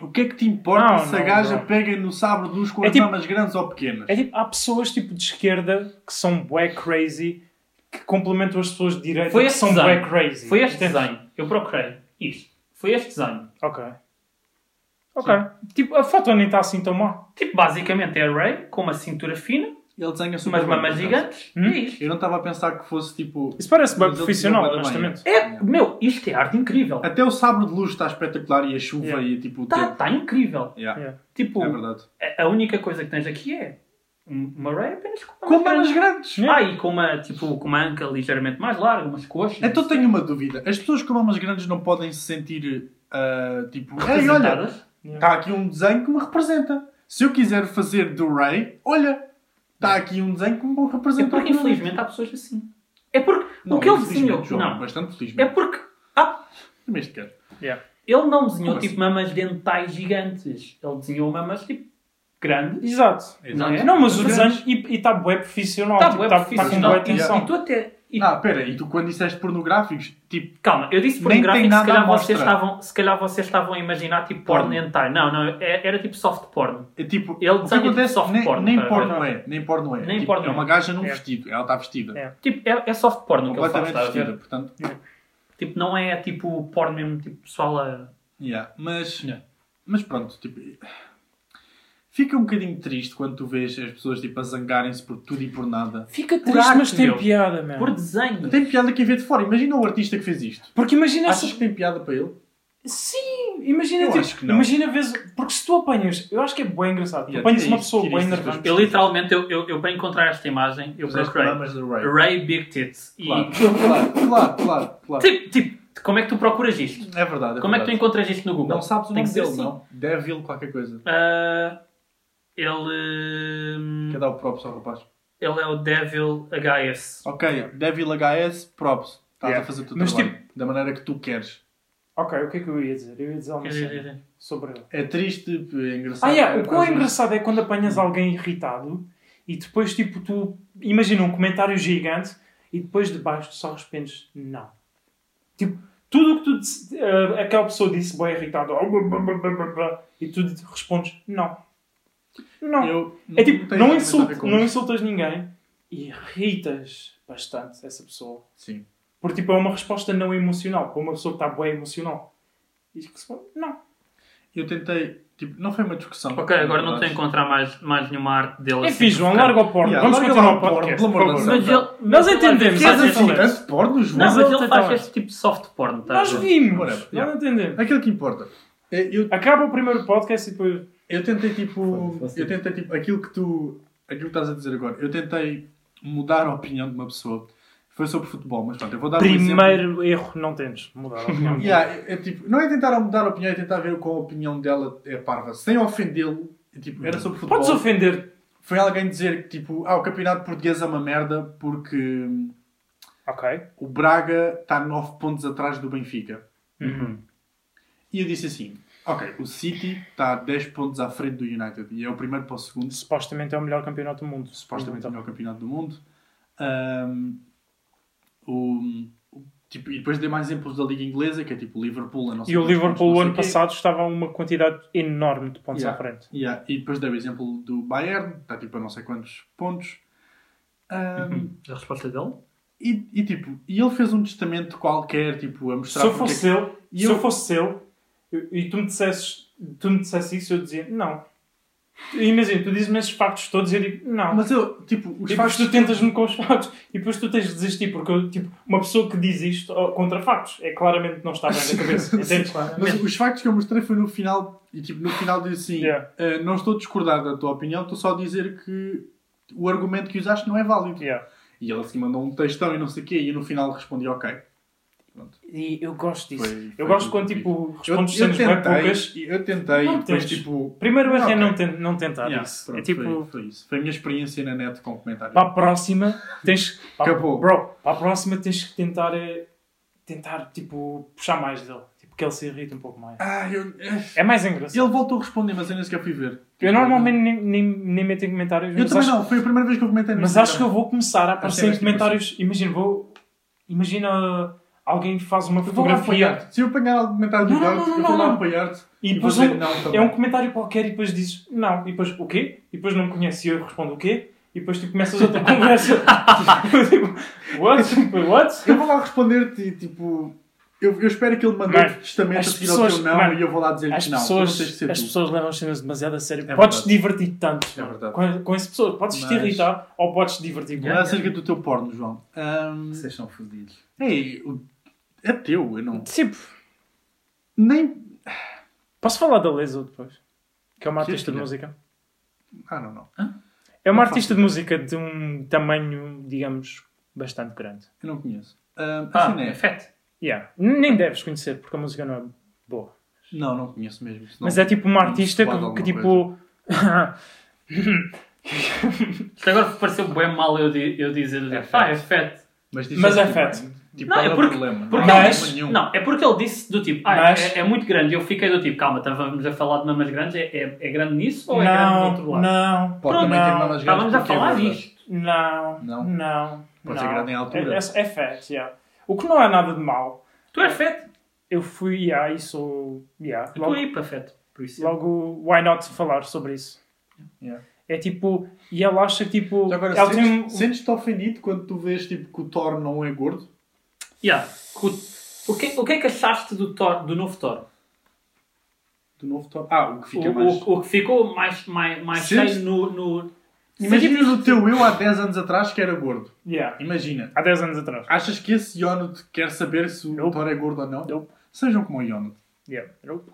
[SPEAKER 1] O que é que te importa
[SPEAKER 2] Não,
[SPEAKER 1] se a
[SPEAKER 2] não,
[SPEAKER 1] gaja
[SPEAKER 2] não.
[SPEAKER 1] pega no sabre de uns com
[SPEAKER 2] É
[SPEAKER 1] as
[SPEAKER 2] tipo-
[SPEAKER 1] mamas grandes ou pequenas?
[SPEAKER 2] É tipo, há pessoas tipo de esquerda que são bué crazy que complementam as pessoas de direita
[SPEAKER 3] Foi
[SPEAKER 2] que
[SPEAKER 3] este
[SPEAKER 2] são
[SPEAKER 3] desenho.
[SPEAKER 2] bué crazy.
[SPEAKER 3] Foi este
[SPEAKER 2] Entendes?
[SPEAKER 3] desenho. Eu procurei isto. Foi este desenho.
[SPEAKER 2] Ok. Ok. Tipo, a foto nem está assim tão má.
[SPEAKER 3] Tipo, basicamente é a Ray com uma cintura fina,
[SPEAKER 1] Ele
[SPEAKER 2] tipo
[SPEAKER 1] desenha super
[SPEAKER 3] umas
[SPEAKER 1] bem,
[SPEAKER 3] mamas
[SPEAKER 1] por acaso.
[SPEAKER 3] gigantes.
[SPEAKER 2] Hum?
[SPEAKER 3] E é isto.
[SPEAKER 1] Eu não estava a pensar que fosse tipo.
[SPEAKER 2] Isso parece bem
[SPEAKER 1] Mas ele
[SPEAKER 2] profissional,
[SPEAKER 1] desenhou bué da bem,
[SPEAKER 2] honestamente.
[SPEAKER 3] É, meu, isto é arte incrível.
[SPEAKER 1] Até o sabre de luz está espetacular e a chuva
[SPEAKER 2] Yeah.
[SPEAKER 1] e tipo. o
[SPEAKER 3] Está
[SPEAKER 1] tempo.
[SPEAKER 3] tá incrível.
[SPEAKER 1] Yeah.
[SPEAKER 2] Yeah.
[SPEAKER 3] Tipo,
[SPEAKER 1] É verdade.
[SPEAKER 3] a- a única coisa que tens aqui é um- uma Ray apenas com
[SPEAKER 1] Com
[SPEAKER 3] uma
[SPEAKER 1] mamas grandes!
[SPEAKER 3] Ah, e com uma, tipo, com uma anca ligeiramente mais larga, umas coxas.
[SPEAKER 1] Então tenho uma dúvida. As pessoas com mamas grandes não podem se sentir ah, tipo. Ei, olha,
[SPEAKER 3] assim, representadas. É
[SPEAKER 1] está aqui um desenho que me representa. Se eu quiser fazer do Ray, olha, está aqui um desenho que me
[SPEAKER 3] É
[SPEAKER 1] representa.
[SPEAKER 3] porque infelizmente há pessoas assim. É porque
[SPEAKER 1] Não,
[SPEAKER 3] o que ele
[SPEAKER 1] infelizmente,
[SPEAKER 3] desenhou.
[SPEAKER 1] João,
[SPEAKER 3] Não.
[SPEAKER 1] Bastante
[SPEAKER 3] É
[SPEAKER 1] felizmente.
[SPEAKER 3] porque ah,
[SPEAKER 1] Também este quero.
[SPEAKER 2] Yeah.
[SPEAKER 3] ele não desenhou
[SPEAKER 1] Como
[SPEAKER 3] tipo
[SPEAKER 1] assim?
[SPEAKER 3] mamas dentais gigantes. Ele desenhou mamas tipo grandes.
[SPEAKER 2] Exato.
[SPEAKER 3] Não é?
[SPEAKER 2] Não, mas o
[SPEAKER 3] Mas-
[SPEAKER 2] desenho e está bué profissional.
[SPEAKER 3] Está
[SPEAKER 2] tipo,
[SPEAKER 3] bué
[SPEAKER 2] tá- tá
[SPEAKER 3] profissional.
[SPEAKER 2] com boa
[SPEAKER 3] E-
[SPEAKER 2] atenção.
[SPEAKER 3] E tu até. e-
[SPEAKER 1] Ah, pera, e tu quando disseste pornográficos, tipo,
[SPEAKER 3] Calma, eu disse
[SPEAKER 1] Nem tem
[SPEAKER 3] pornográfico, se
[SPEAKER 1] nada
[SPEAKER 3] calhar,
[SPEAKER 1] à
[SPEAKER 3] vocês
[SPEAKER 1] mostra.
[SPEAKER 3] estavam, se calhar vocês estavam a imaginar tipo porno
[SPEAKER 1] Porno.
[SPEAKER 3] hentai. Não, não, é- era tipo soft porn.
[SPEAKER 1] é tipo,
[SPEAKER 3] Ele
[SPEAKER 1] o que
[SPEAKER 3] desenha tipo
[SPEAKER 1] acontece,
[SPEAKER 3] soft
[SPEAKER 1] nem,
[SPEAKER 3] porn,
[SPEAKER 1] nem
[SPEAKER 3] tá a
[SPEAKER 1] porno
[SPEAKER 3] ver?
[SPEAKER 1] é, nem porno é.
[SPEAKER 3] Nem
[SPEAKER 1] Tipo,
[SPEAKER 3] porno
[SPEAKER 1] é
[SPEAKER 3] é.
[SPEAKER 1] uma gaja num
[SPEAKER 2] É.
[SPEAKER 1] vestido, ela está vestida.
[SPEAKER 2] É.
[SPEAKER 3] Tipo, é, é soft porn o que ele faz,
[SPEAKER 1] Completamente
[SPEAKER 3] estás a
[SPEAKER 1] vestida,
[SPEAKER 3] ver?
[SPEAKER 1] portanto,
[SPEAKER 3] Tipo, não é tipo porno mesmo, tipo pessoal a.
[SPEAKER 1] yeah. Mas,
[SPEAKER 3] Yeah.
[SPEAKER 1] mas pronto, tipo, fica um bocadinho triste quando tu vês as pessoas, tipo, a zangarem-se por tudo e por nada.
[SPEAKER 2] Fica
[SPEAKER 3] Por
[SPEAKER 2] triste,
[SPEAKER 3] arte,
[SPEAKER 2] mas tem
[SPEAKER 3] meu.
[SPEAKER 2] piada,
[SPEAKER 1] É.
[SPEAKER 2] mano.
[SPEAKER 3] Por desenho.
[SPEAKER 1] Tem piada que a ver de fora, imagina o artista que fez isto.
[SPEAKER 2] Porque imagina
[SPEAKER 1] Achas
[SPEAKER 2] essas...
[SPEAKER 1] que tem piada para ele?
[SPEAKER 2] Sim, imagina,
[SPEAKER 1] Eu
[SPEAKER 2] tipo,
[SPEAKER 1] acho que não.
[SPEAKER 2] imagina vezes... Porque se tu apanhas... Eu acho que é bem engraçado. Tu
[SPEAKER 1] Yeah,
[SPEAKER 2] apanhas
[SPEAKER 1] tira
[SPEAKER 2] uma
[SPEAKER 1] isso,
[SPEAKER 2] pessoa
[SPEAKER 1] tira
[SPEAKER 2] bem
[SPEAKER 1] isso das
[SPEAKER 2] nervosa.
[SPEAKER 3] Eu literalmente, eu, eu, eu para encontrar esta imagem, eu
[SPEAKER 1] Fizeste
[SPEAKER 3] procurei
[SPEAKER 1] mamas do Ray.
[SPEAKER 3] Ray Big Tits. E
[SPEAKER 1] Claro, claro, claro, claro, claro.
[SPEAKER 3] tipo, tipo, como é que tu procuras isto?
[SPEAKER 1] É verdade, é
[SPEAKER 3] Como é que tu
[SPEAKER 1] verdade.
[SPEAKER 3] encontras isto no Google?
[SPEAKER 1] Não sabes o
[SPEAKER 3] Tem
[SPEAKER 1] nome
[SPEAKER 3] que ser
[SPEAKER 1] dele,
[SPEAKER 3] assim.
[SPEAKER 1] não? Devil qualquer coisa.
[SPEAKER 3] Ah, ele, hum,
[SPEAKER 1] Quer dar o props ao rapaz?
[SPEAKER 3] ele é o Devil HS.
[SPEAKER 1] Ok, Devil HS, props. Estás
[SPEAKER 2] Yeah.
[SPEAKER 1] a fazer o teu
[SPEAKER 2] Mas,
[SPEAKER 1] trabalho da maneira que tu queres.
[SPEAKER 2] Ok, o que é que eu ia dizer? Eu ia dizer alguma
[SPEAKER 3] é,
[SPEAKER 2] coisa sobre ele.
[SPEAKER 1] É triste, é engraçado.
[SPEAKER 2] Ah, yeah, o quão
[SPEAKER 1] quase-
[SPEAKER 2] engraçado é quando apanhas alguém irritado e depois, tipo, tu imagina um comentário gigante e depois de baixo tu só respondes não. Tipo, tudo o que tu disse- eh, aquela pessoa disse, bem irritado, "Oh, blá, blá, blá, blá, blá, blá", e tu respondes não. Não.
[SPEAKER 1] Eu
[SPEAKER 2] é tipo,
[SPEAKER 1] tenho
[SPEAKER 2] não,
[SPEAKER 1] nada a
[SPEAKER 2] insult-
[SPEAKER 1] ver com
[SPEAKER 2] não
[SPEAKER 1] isso.
[SPEAKER 2] insultas ninguém e irritas bastante essa pessoa.
[SPEAKER 1] Sim.
[SPEAKER 2] Porque, tipo, é uma resposta não emocional, para uma pessoa que está bem emocional. E que se fala, não.
[SPEAKER 1] Eu tentei, tipo, não foi uma discussão.
[SPEAKER 3] Ok, agora
[SPEAKER 1] na
[SPEAKER 3] não estou a
[SPEAKER 1] verdade.
[SPEAKER 2] encontrar
[SPEAKER 3] encontrar mais, nenhuma arte dele assim
[SPEAKER 2] Enfim, É João, larga o porno.
[SPEAKER 1] Yeah,
[SPEAKER 2] Vamos
[SPEAKER 1] É larga
[SPEAKER 2] continuar
[SPEAKER 1] lá
[SPEAKER 2] o
[SPEAKER 1] o porno,
[SPEAKER 2] podcast.
[SPEAKER 1] pelo
[SPEAKER 2] por
[SPEAKER 1] amor de
[SPEAKER 2] favor.
[SPEAKER 1] Deus.
[SPEAKER 3] Mas ele,
[SPEAKER 2] Nós
[SPEAKER 3] mas ele
[SPEAKER 2] entendemos,
[SPEAKER 3] faz
[SPEAKER 2] mas
[SPEAKER 1] Queres
[SPEAKER 3] este
[SPEAKER 2] assim,
[SPEAKER 3] tipo-
[SPEAKER 2] Exatamente.
[SPEAKER 1] assinante porno, João?
[SPEAKER 3] Não, mas
[SPEAKER 2] Mas ele
[SPEAKER 3] ele
[SPEAKER 2] tá
[SPEAKER 3] faz
[SPEAKER 2] bem.
[SPEAKER 3] este tipo de soft porn, tá?
[SPEAKER 2] Nós vimos.
[SPEAKER 1] Whatever,
[SPEAKER 2] Nós
[SPEAKER 1] yeah.
[SPEAKER 2] entendemos.
[SPEAKER 1] Aquilo que importa. É, Eu,
[SPEAKER 2] Acaba o primeiro podcast e depois...
[SPEAKER 1] eu tentei, tipo,
[SPEAKER 3] Foda-se.
[SPEAKER 1] eu tentei, tipo, aquilo que tu, aquilo que estás a dizer agora. Eu tentei mudar a opinião de uma pessoa. Foi sobre futebol, mas pronto, eu vou dar um exemplo.
[SPEAKER 2] Primeiro erro, não temos. Mudar a opinião.
[SPEAKER 1] Yeah, é, é tipo, não é tentar mudar a opinião, é tentar ver qual a opinião dela é parva, sem ofendê-lo. É tipo, era sobre futebol.
[SPEAKER 2] Podes ofender.
[SPEAKER 1] Foi alguém dizer que tipo, ah, o campeonato português é uma merda porque hum,
[SPEAKER 2] Ok.
[SPEAKER 1] o Braga está 9 pontos atrás do Benfica.
[SPEAKER 3] Uhum.
[SPEAKER 1] E eu disse assim, ok, o City está 10 pontos à frente do United e é o primeiro para o segundo,
[SPEAKER 2] Supostamente é o melhor campeonato do mundo.
[SPEAKER 1] supostamente é o
[SPEAKER 2] Então,
[SPEAKER 1] melhor campeonato do mundo. Hum, o, o- tipo, e depois dei mais exemplos da Liga Inglesa, que é tipo o Liverpool, a nossa
[SPEAKER 2] E o Liverpool o ano
[SPEAKER 1] passado
[SPEAKER 2] passado estava a uma quantidade enorme de pontos
[SPEAKER 1] Yeah.
[SPEAKER 2] à frente.
[SPEAKER 1] Yeah, E depois dei o exemplo do Bayern, está tipo a não sei quantos pontos. Ahm,
[SPEAKER 2] Uhum.
[SPEAKER 3] A resposta dele?
[SPEAKER 1] e, e, tipo, e ele fez um testamento qualquer, tipo, a mostrar
[SPEAKER 2] Se eu
[SPEAKER 1] porque é que-
[SPEAKER 2] fosse eu,
[SPEAKER 1] E
[SPEAKER 2] se
[SPEAKER 1] eu-
[SPEAKER 2] eu fosse eu, e tu me dissesses, tu me dissesses isso, eu dizia, não. Imagina, tu dizes-me esses factos todos e eu digo, não.
[SPEAKER 1] Mas eu, tipo, os
[SPEAKER 2] e depois
[SPEAKER 1] factos.
[SPEAKER 2] tu tentas-me com os factos e depois tu tens de desistir, porque tipo, uma pessoa que diz isto oh, contra factos é claramente que não está bem na cabeça. Entendes?
[SPEAKER 1] Mas
[SPEAKER 2] claramente.
[SPEAKER 1] os factos que eu mostrei foi no final, e tipo, no final diz assim:
[SPEAKER 2] Yeah.
[SPEAKER 1] "Ah, não estou a discordar da tua opinião, estou só a dizer que o argumento que usaste não é válido.
[SPEAKER 2] Yeah.
[SPEAKER 1] E ele assim mandou um textão e não sei o quê, e eu no final respondi ok. Pronto.
[SPEAKER 2] E eu gosto disso.
[SPEAKER 1] Foi- foi
[SPEAKER 2] eu gosto quando
[SPEAKER 1] muito
[SPEAKER 2] tipo,
[SPEAKER 1] Eu, eu
[SPEAKER 2] respondes cenas
[SPEAKER 1] tentei,
[SPEAKER 2] bem poucas.
[SPEAKER 1] eu tentei,
[SPEAKER 2] Não
[SPEAKER 1] e depois
[SPEAKER 2] tens.
[SPEAKER 1] tipo.
[SPEAKER 2] Primeiro erro é
[SPEAKER 1] Ok.
[SPEAKER 2] não, ten- não tentar
[SPEAKER 1] yeah,
[SPEAKER 2] isso.
[SPEAKER 1] pronto,
[SPEAKER 2] é tipo,
[SPEAKER 1] foi, foi isso. Foi a minha experiência na net com comentários.
[SPEAKER 2] para a próxima tens para,
[SPEAKER 1] Acabou.
[SPEAKER 2] Bro, para a próxima tens que tentar eh, tentar tipo puxar mais dele, tipo que ele se irrita um pouco mais.
[SPEAKER 1] Ah, eu-
[SPEAKER 2] É mais engraçado.
[SPEAKER 1] Ele voltou a responder, mas eu nem sequer fui ver.
[SPEAKER 2] Eu normalmente nem, nem, nem meto em comentários,
[SPEAKER 1] Eu
[SPEAKER 2] mas,
[SPEAKER 1] também
[SPEAKER 2] acho,
[SPEAKER 1] não, foi a primeira vez que eu comentei no
[SPEAKER 2] mas
[SPEAKER 1] Instagram.
[SPEAKER 2] acho que eu vou começar a aparecer
[SPEAKER 1] Acho
[SPEAKER 2] em
[SPEAKER 1] que é
[SPEAKER 2] comentários. Imagina, vou imagina alguém faz uma
[SPEAKER 1] Eu vou lá
[SPEAKER 2] fotografia
[SPEAKER 1] apoiar-te. Se eu apanhar algum comentário do
[SPEAKER 2] Não, não,
[SPEAKER 1] Eduardo,
[SPEAKER 2] não,
[SPEAKER 1] eu vou
[SPEAKER 2] não,
[SPEAKER 1] lá
[SPEAKER 2] não.
[SPEAKER 1] apoiar-te.
[SPEAKER 2] e
[SPEAKER 1] E vou
[SPEAKER 2] depois
[SPEAKER 1] dizer
[SPEAKER 2] um-
[SPEAKER 1] não tá também.
[SPEAKER 2] é um comentário qualquer e depois dizes não, e depois o quê? E depois não me conheces e eu respondo o quê? E depois tu começas outra conversa. tipo, what? Tipo, What?
[SPEAKER 1] Eu vou lá responder-te e tipo. Eu, eu espero que ele mande
[SPEAKER 2] Mano,
[SPEAKER 1] um testamento a
[SPEAKER 2] as
[SPEAKER 1] seguir ao
[SPEAKER 2] pessoas-
[SPEAKER 1] teu não
[SPEAKER 2] mano,
[SPEAKER 1] e eu vou lá dizer
[SPEAKER 2] As
[SPEAKER 1] que não.
[SPEAKER 2] pessoas,
[SPEAKER 1] tu não tens de ser
[SPEAKER 2] as
[SPEAKER 1] tu.
[SPEAKER 2] pessoas levam as cenas demasiado a sério.
[SPEAKER 1] É
[SPEAKER 2] podes te
[SPEAKER 1] verdade.
[SPEAKER 2] divertir tanto
[SPEAKER 1] É verdade.
[SPEAKER 2] com, com esse pessoa. Podes te
[SPEAKER 1] Mas-
[SPEAKER 2] irritar ou podes te divertir.
[SPEAKER 1] Não é acerca do teu porno, João. Ahm,
[SPEAKER 3] Vocês são fodidos.
[SPEAKER 1] ei, o- é teu, eu não.
[SPEAKER 2] Tipo,
[SPEAKER 1] Nem.
[SPEAKER 2] posso falar da Leso depois? Que é uma
[SPEAKER 1] Sim,
[SPEAKER 2] artista de
[SPEAKER 1] senhor.
[SPEAKER 2] música.
[SPEAKER 1] Ah, não, não.
[SPEAKER 2] É uma
[SPEAKER 1] Não faço
[SPEAKER 2] artista de música de um tamanho, digamos, bastante grande.
[SPEAKER 1] Eu não conheço. Ahm,
[SPEAKER 3] Ah,
[SPEAKER 1] assim
[SPEAKER 3] é
[SPEAKER 1] é.
[SPEAKER 3] fete.
[SPEAKER 2] Yeah. Nem deves conhecer porque a música não é boa.
[SPEAKER 1] Não, não conheço mesmo. senão-
[SPEAKER 2] Mas é tipo uma artista
[SPEAKER 1] pode
[SPEAKER 2] que,
[SPEAKER 1] alguma
[SPEAKER 2] que tipo.
[SPEAKER 3] Isto agora pareceu bem mal eu, di- eu dizer,
[SPEAKER 1] É
[SPEAKER 3] pá, é fete.
[SPEAKER 1] Mas, diz
[SPEAKER 2] mas
[SPEAKER 1] isso,
[SPEAKER 2] é
[SPEAKER 1] tipo,
[SPEAKER 2] fat.
[SPEAKER 1] Tipo,
[SPEAKER 3] Não,
[SPEAKER 1] qual
[SPEAKER 3] é
[SPEAKER 1] é o
[SPEAKER 3] porque-
[SPEAKER 1] problema?
[SPEAKER 3] porque
[SPEAKER 1] não há
[SPEAKER 2] ele-
[SPEAKER 1] problema nenhum.
[SPEAKER 3] Não, é porque ele disse do tipo, ah,
[SPEAKER 2] Mas-
[SPEAKER 3] é, é muito grande. E eu fiquei do tipo, calma, estávamos a falar de mamas grandes, é, é, é grande nisso ou é grande do outro
[SPEAKER 2] Não,
[SPEAKER 3] lado?
[SPEAKER 2] não,
[SPEAKER 1] Pode também
[SPEAKER 2] não,
[SPEAKER 1] ter mamas grandes
[SPEAKER 3] Estávamos a
[SPEAKER 1] porque é
[SPEAKER 3] falar
[SPEAKER 1] gorda.
[SPEAKER 3] disto.
[SPEAKER 2] não,
[SPEAKER 1] Não?
[SPEAKER 2] não, não.
[SPEAKER 1] Pode ser grande em altura.
[SPEAKER 2] É, é, é fat, yeah. O que não é nada de mau.
[SPEAKER 3] Tu és fete.
[SPEAKER 2] Eu fui, yeah, e sou. Yeah,
[SPEAKER 3] Eu
[SPEAKER 2] logo,
[SPEAKER 1] é
[SPEAKER 3] estou aí para fete. Por isso.
[SPEAKER 2] logo, why not falar sobre isso?
[SPEAKER 1] Yeah.
[SPEAKER 2] É tipo, e ela acha tipo.
[SPEAKER 1] Já agora,
[SPEAKER 2] ela tem um-
[SPEAKER 1] sentes- sentes-te ofendido quando tu vês tipo, que o Thor não é gordo?
[SPEAKER 3] Yeah. O, o que, o que é que achaste do, Thor, do novo Thor?
[SPEAKER 1] Do novo Thor? Ah, o que
[SPEAKER 3] O,
[SPEAKER 1] fica mais...
[SPEAKER 3] o- o que ficou mais, mais, mais
[SPEAKER 1] Sentes-
[SPEAKER 3] cheio no. no...
[SPEAKER 1] Imagina o teu eu há 10 anos atrás que era gordo.
[SPEAKER 2] yeah,
[SPEAKER 1] Imagina.
[SPEAKER 2] há 10 anos atrás.
[SPEAKER 1] Achas que esse Yonut quer saber se o
[SPEAKER 2] Nope.
[SPEAKER 1] Thor é gordo ou não?
[SPEAKER 2] Nope.
[SPEAKER 1] Sejam como o Yonut.
[SPEAKER 2] Yeah. Nope.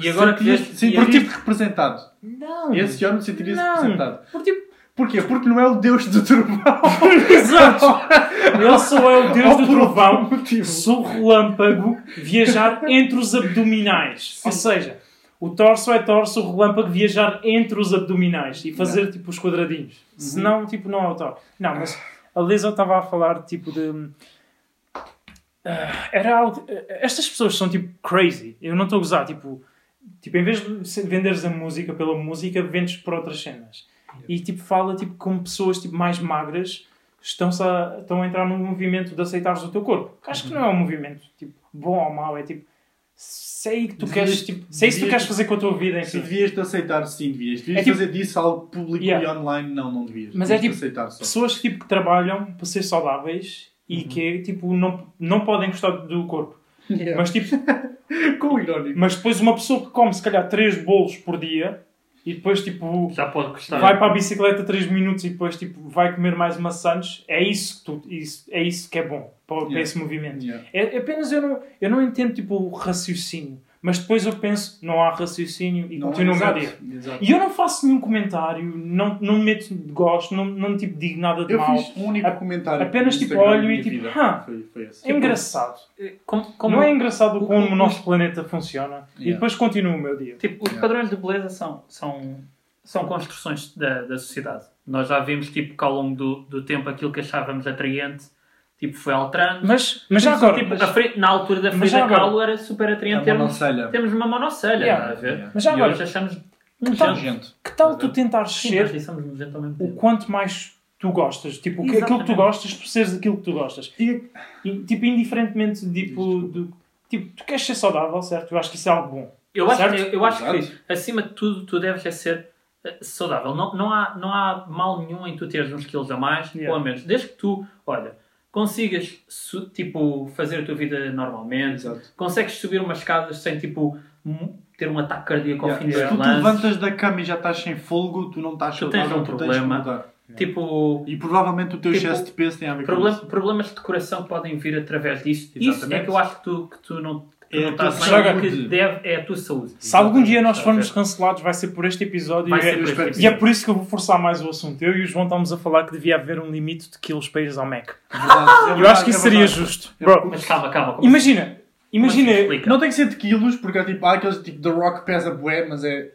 [SPEAKER 3] E agora que
[SPEAKER 1] Sentias-
[SPEAKER 3] veste. e
[SPEAKER 1] sentias-te tipo representado.
[SPEAKER 2] Não!
[SPEAKER 1] Esse Yonut sentiria-se
[SPEAKER 2] Não.
[SPEAKER 1] representado.
[SPEAKER 3] Por tipo,
[SPEAKER 1] Porquê? Porque não é o deus do trovão.
[SPEAKER 2] Exato! Ele só é o deus
[SPEAKER 1] Ou
[SPEAKER 2] do
[SPEAKER 1] por algum
[SPEAKER 2] trovão,
[SPEAKER 1] motivo.
[SPEAKER 2] sou relâmpago, viajar entre os abdominais. Ou seja, o torso é torso, o relâmpago viajar entre os abdominais e fazer tipo os quadradinhos. Senão, tipo, não é o torso. Não, mas a Lisa estava a falar tipo de. Ah, era algo. Estas pessoas são tipo crazy. Eu não estou a gozar. Tipo, tipo, em vez de se- venderes a música pela música, vendes por outras cenas. E tipo, fala tipo, como pessoas tipo, mais magras estão-se a, estão a entrar no movimento de aceitares o teu corpo. Que acho que não é um movimento tipo, bom ou mau. É tipo, sei que tu
[SPEAKER 1] Devias-
[SPEAKER 2] queres, tipo, sei se tu
[SPEAKER 1] devias-
[SPEAKER 2] queres fazer com a tua vida,
[SPEAKER 1] Se
[SPEAKER 2] enfim.
[SPEAKER 1] devias-te aceitar, sim, devias. Devias
[SPEAKER 2] É tipo-
[SPEAKER 1] fazer disso algo público
[SPEAKER 2] Yeah.
[SPEAKER 1] e online, não, não devias.
[SPEAKER 2] Mas é
[SPEAKER 1] Devias-te
[SPEAKER 2] tipo-
[SPEAKER 1] aceitar só.
[SPEAKER 2] pessoas que, tipo, que trabalham para ser saudáveis e que tipo, não, não podem gostar do corpo. Mas, tipo,
[SPEAKER 1] com irónico.
[SPEAKER 2] mas depois uma pessoa que come se calhar 3 bolos por dia e depois tipo,
[SPEAKER 3] já pode
[SPEAKER 1] Tá
[SPEAKER 3] custar.
[SPEAKER 2] vai para a bicicleta 3 minutos e depois tipo, vai comer mais maçãs, é isso que, tu, isso, é, isso que é bom para, para
[SPEAKER 1] Yeah.
[SPEAKER 2] esse movimento.
[SPEAKER 1] Yeah.
[SPEAKER 2] É, apenas eu não, eu não entendo tipo, o raciocínio, mas depois eu penso, não há raciocínio e continuo o meu
[SPEAKER 1] é, exato,
[SPEAKER 2] dia.
[SPEAKER 1] exato.
[SPEAKER 2] E eu não faço nenhum comentário, não, não meto gosto, não, não tipo, digo nada de
[SPEAKER 1] Eu
[SPEAKER 2] mal.
[SPEAKER 1] fiz um único
[SPEAKER 2] A-
[SPEAKER 1] comentário.
[SPEAKER 2] apenas,
[SPEAKER 1] no
[SPEAKER 2] tipo,
[SPEAKER 1] Instagram
[SPEAKER 2] olho
[SPEAKER 1] da
[SPEAKER 2] e,
[SPEAKER 1] minha
[SPEAKER 2] tipo,
[SPEAKER 1] vida.
[SPEAKER 2] "Hã?"
[SPEAKER 1] Foi, foi esse.
[SPEAKER 2] É engraçado.
[SPEAKER 3] Como, como
[SPEAKER 2] Não é engraçado
[SPEAKER 3] o-
[SPEAKER 2] como
[SPEAKER 3] o-
[SPEAKER 2] o nosso planeta funciona e
[SPEAKER 1] Yeah.
[SPEAKER 2] depois continua o meu dia.
[SPEAKER 3] Tipo, os
[SPEAKER 1] Yeah.
[SPEAKER 3] padrões de beleza são, são, são construções da, da sociedade. Nós já vimos tipo, que ao longo do, do tempo aquilo que achávamos atraente tipo, foi alterando.
[SPEAKER 2] Mas, mas já
[SPEAKER 3] Tipo,
[SPEAKER 2] agora,
[SPEAKER 3] tipo,
[SPEAKER 2] mas,
[SPEAKER 3] a Fri- na altura da
[SPEAKER 2] mas já
[SPEAKER 3] Frida
[SPEAKER 2] agora- é
[SPEAKER 3] Kahlo era super
[SPEAKER 1] A
[SPEAKER 3] atraente termos,
[SPEAKER 1] monocelha.
[SPEAKER 3] termos uma monocelha.
[SPEAKER 2] Yeah.
[SPEAKER 3] estás a ver?
[SPEAKER 1] Yeah.
[SPEAKER 2] Mas já
[SPEAKER 3] e
[SPEAKER 2] agora-
[SPEAKER 3] hoje achamos
[SPEAKER 2] que tal,
[SPEAKER 1] Nojento.
[SPEAKER 2] que tal tu tentares
[SPEAKER 3] Sim, nós
[SPEAKER 2] ser
[SPEAKER 3] dissemos nojento um ao mesmo
[SPEAKER 2] o
[SPEAKER 3] tempo.
[SPEAKER 2] quanto mais tu gostas? Tipo, o que- aquilo que tu
[SPEAKER 3] Exatamente.
[SPEAKER 2] gostas, tu seres aquilo que tu gostas.
[SPEAKER 1] E-
[SPEAKER 2] E, tipo, indiferentemente tipo, do. Tipo, tu queres ser saudável, certo? Eu acho que isso é algo bom.
[SPEAKER 3] Eu acho,
[SPEAKER 2] Certo?
[SPEAKER 3] eu, eu acho
[SPEAKER 1] Exato.
[SPEAKER 3] que, acima de tudo, tu deves é ser eh, saudável. Não, não, há, não há mal nenhum em tu teres uns quilos a mais
[SPEAKER 2] Yeah.
[SPEAKER 3] ou a menos. Desde que tu, olha, consigas su- tipo, fazer a tua vida normalmente,
[SPEAKER 1] Exato.
[SPEAKER 3] consegues subir umas escadas sem tipo, mu- ter um ataque cardíaco ao
[SPEAKER 1] Yeah.
[SPEAKER 3] fim do
[SPEAKER 1] Se tu te
[SPEAKER 3] lance.
[SPEAKER 1] levantas da cama e já estás sem fôlego, tu não estás
[SPEAKER 3] Tu tens
[SPEAKER 1] saudável,
[SPEAKER 3] um
[SPEAKER 1] tu
[SPEAKER 3] problema.
[SPEAKER 1] Tens que mudar.
[SPEAKER 3] Tipo,
[SPEAKER 1] E provavelmente o teu
[SPEAKER 3] Tipo,
[SPEAKER 1] excesso de peso tem a ver com
[SPEAKER 3] problem-
[SPEAKER 1] isso.
[SPEAKER 3] problemas de coração podem vir através disso. Isso é
[SPEAKER 1] Exatamente.
[SPEAKER 3] que eu acho que tu, que tu não, que
[SPEAKER 1] É
[SPEAKER 3] não
[SPEAKER 1] a
[SPEAKER 3] estás
[SPEAKER 1] tua
[SPEAKER 3] bem. O
[SPEAKER 1] saúde.
[SPEAKER 3] que deve é a tua saúde.
[SPEAKER 2] Se algum dia nós
[SPEAKER 3] Exatamente. é
[SPEAKER 2] formos cancelados, vai ser por este episódio.
[SPEAKER 3] Vai
[SPEAKER 2] e,
[SPEAKER 3] ser
[SPEAKER 2] é,
[SPEAKER 3] assim. por este
[SPEAKER 1] espero que
[SPEAKER 2] e é
[SPEAKER 3] episódio.
[SPEAKER 2] por isso que eu vou forçar mais o assunto. Eu e o João estamos a falar que devia haver um limite de quilos para ires ao Mac.
[SPEAKER 1] Verdade, é
[SPEAKER 2] eu acho
[SPEAKER 1] verdade,
[SPEAKER 2] que isso
[SPEAKER 1] é
[SPEAKER 2] seria
[SPEAKER 1] verdade.
[SPEAKER 2] justo.
[SPEAKER 1] É
[SPEAKER 2] Bro,
[SPEAKER 1] porque-
[SPEAKER 3] Mas calma, calma. como- é
[SPEAKER 2] imagina. Imagina.
[SPEAKER 3] Mas explica.
[SPEAKER 1] Não tem que ser de quilos, porque há, tipo, há aqueles tipo The Rock pesa bué, mas é.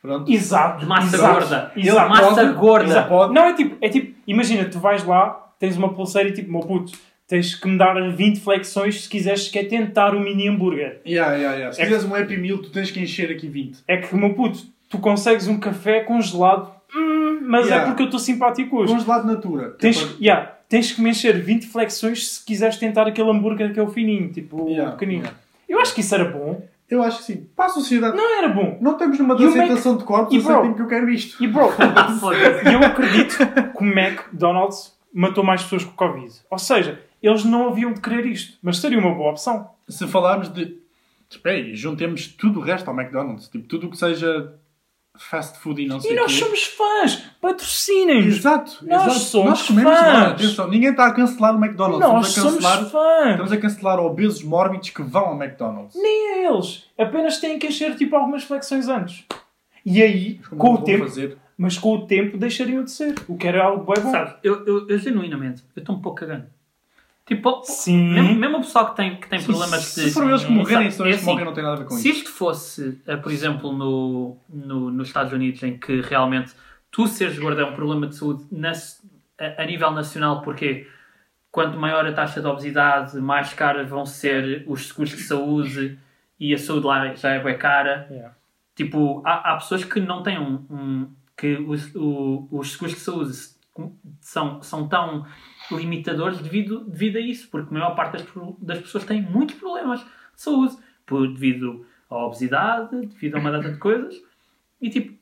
[SPEAKER 1] Pronto.
[SPEAKER 2] Exato.
[SPEAKER 3] De massa
[SPEAKER 2] exato,
[SPEAKER 3] gorda.
[SPEAKER 2] Exato.
[SPEAKER 3] Massa
[SPEAKER 1] pode,
[SPEAKER 3] gorda.
[SPEAKER 1] Ele pode.
[SPEAKER 2] Não, é tipo, é tipo, imagina, tu vais lá, tens uma pulseira e tipo, meu puto, tens que me dar 20 flexões se quiseres que é tentar o mini hambúrguer.
[SPEAKER 1] Yeah, yeah, yeah. Se
[SPEAKER 2] É que-
[SPEAKER 1] quiseres um Happy Meal, tu tens que encher aqui 20.
[SPEAKER 2] É que, meu puto, tu consegues um café congelado, hum, mas
[SPEAKER 1] Yeah.
[SPEAKER 2] é porque eu estou simpático hoje.
[SPEAKER 1] Congelado natura.
[SPEAKER 2] Tens,
[SPEAKER 1] Tipo,
[SPEAKER 2] yeah, tens que me encher 20 flexões se quiseres tentar aquele hambúrguer que é o fininho, tipo, o
[SPEAKER 1] Yeah,
[SPEAKER 2] pequenino.
[SPEAKER 1] yeah.
[SPEAKER 2] Eu acho que isso era bom.
[SPEAKER 1] Eu acho que sim. Para a sociedade. Não,
[SPEAKER 2] Não era bom.
[SPEAKER 1] estamos numa
[SPEAKER 2] You
[SPEAKER 1] aceitação de corpos,
[SPEAKER 2] E,
[SPEAKER 1] eu
[SPEAKER 2] bro,
[SPEAKER 1] sei tipo que eu quero isto.
[SPEAKER 2] E, bro,
[SPEAKER 3] Foda-se.
[SPEAKER 2] E eu acredito que o McDonald's matou mais pessoas que o Covid. Ou seja, eles não haviam de querer isto, mas seria uma boa opção.
[SPEAKER 1] Se falarmos de. Espera aí, juntemos tudo o resto ao McDonald's. Tipo, tudo o que seja fast food e não sei
[SPEAKER 2] E
[SPEAKER 1] o
[SPEAKER 2] nós
[SPEAKER 1] quê.
[SPEAKER 2] somos fãs! Patrocinem-nos!
[SPEAKER 1] Exato,
[SPEAKER 2] Nós
[SPEAKER 1] exato.
[SPEAKER 2] somos
[SPEAKER 1] nós comemos
[SPEAKER 2] fãs.
[SPEAKER 1] lá, atenção. Ninguém está a cancelar o McDonald's. estamos
[SPEAKER 2] Nós
[SPEAKER 1] a
[SPEAKER 2] somos
[SPEAKER 1] cancelar,
[SPEAKER 2] fãs!
[SPEAKER 1] estamos a cancelar obesos mórbidos que vão ao McDonald's.
[SPEAKER 2] Nem eles! Apenas têm que encher tipo algumas flexões antes. E aí,
[SPEAKER 1] Mas como
[SPEAKER 2] com
[SPEAKER 1] não
[SPEAKER 2] o
[SPEAKER 1] vão
[SPEAKER 2] tempo,
[SPEAKER 1] é fazer?
[SPEAKER 2] mas com o tempo deixariam de ser, o que era algo bem bom.
[SPEAKER 3] Sabes, eu, eu, eu genuinamente, eu estou um pouco cagando. Tipo,
[SPEAKER 2] Sim.
[SPEAKER 3] mesmo, mesmo o pessoal que tem, que tem problemas de...
[SPEAKER 1] Hum? Se foram eles que morrerem, são
[SPEAKER 3] É
[SPEAKER 1] eles que
[SPEAKER 3] assim,
[SPEAKER 1] morrem, não tem nada a ver com
[SPEAKER 3] Se
[SPEAKER 1] isso.
[SPEAKER 3] isto fosse, eh, por exemplo, no, no, nos Estados Unidos, em que realmente tu seres gordo é um problema de saúde nas- a, a nível nacional, porque quanto maior a taxa de obesidade, mais caras vão ser os seguros de saúde e a saúde lá já é bem cara.
[SPEAKER 2] Yeah.
[SPEAKER 3] Tipo, há, há pessoas que não têm um. um- que os, o- os seguros de saúde são, são tão limitadores devido, devido a isso, porque a maior parte das, pro- das pessoas têm muitos problemas de saúde por, devido à obesidade, devido a uma data de coisas. E tipo,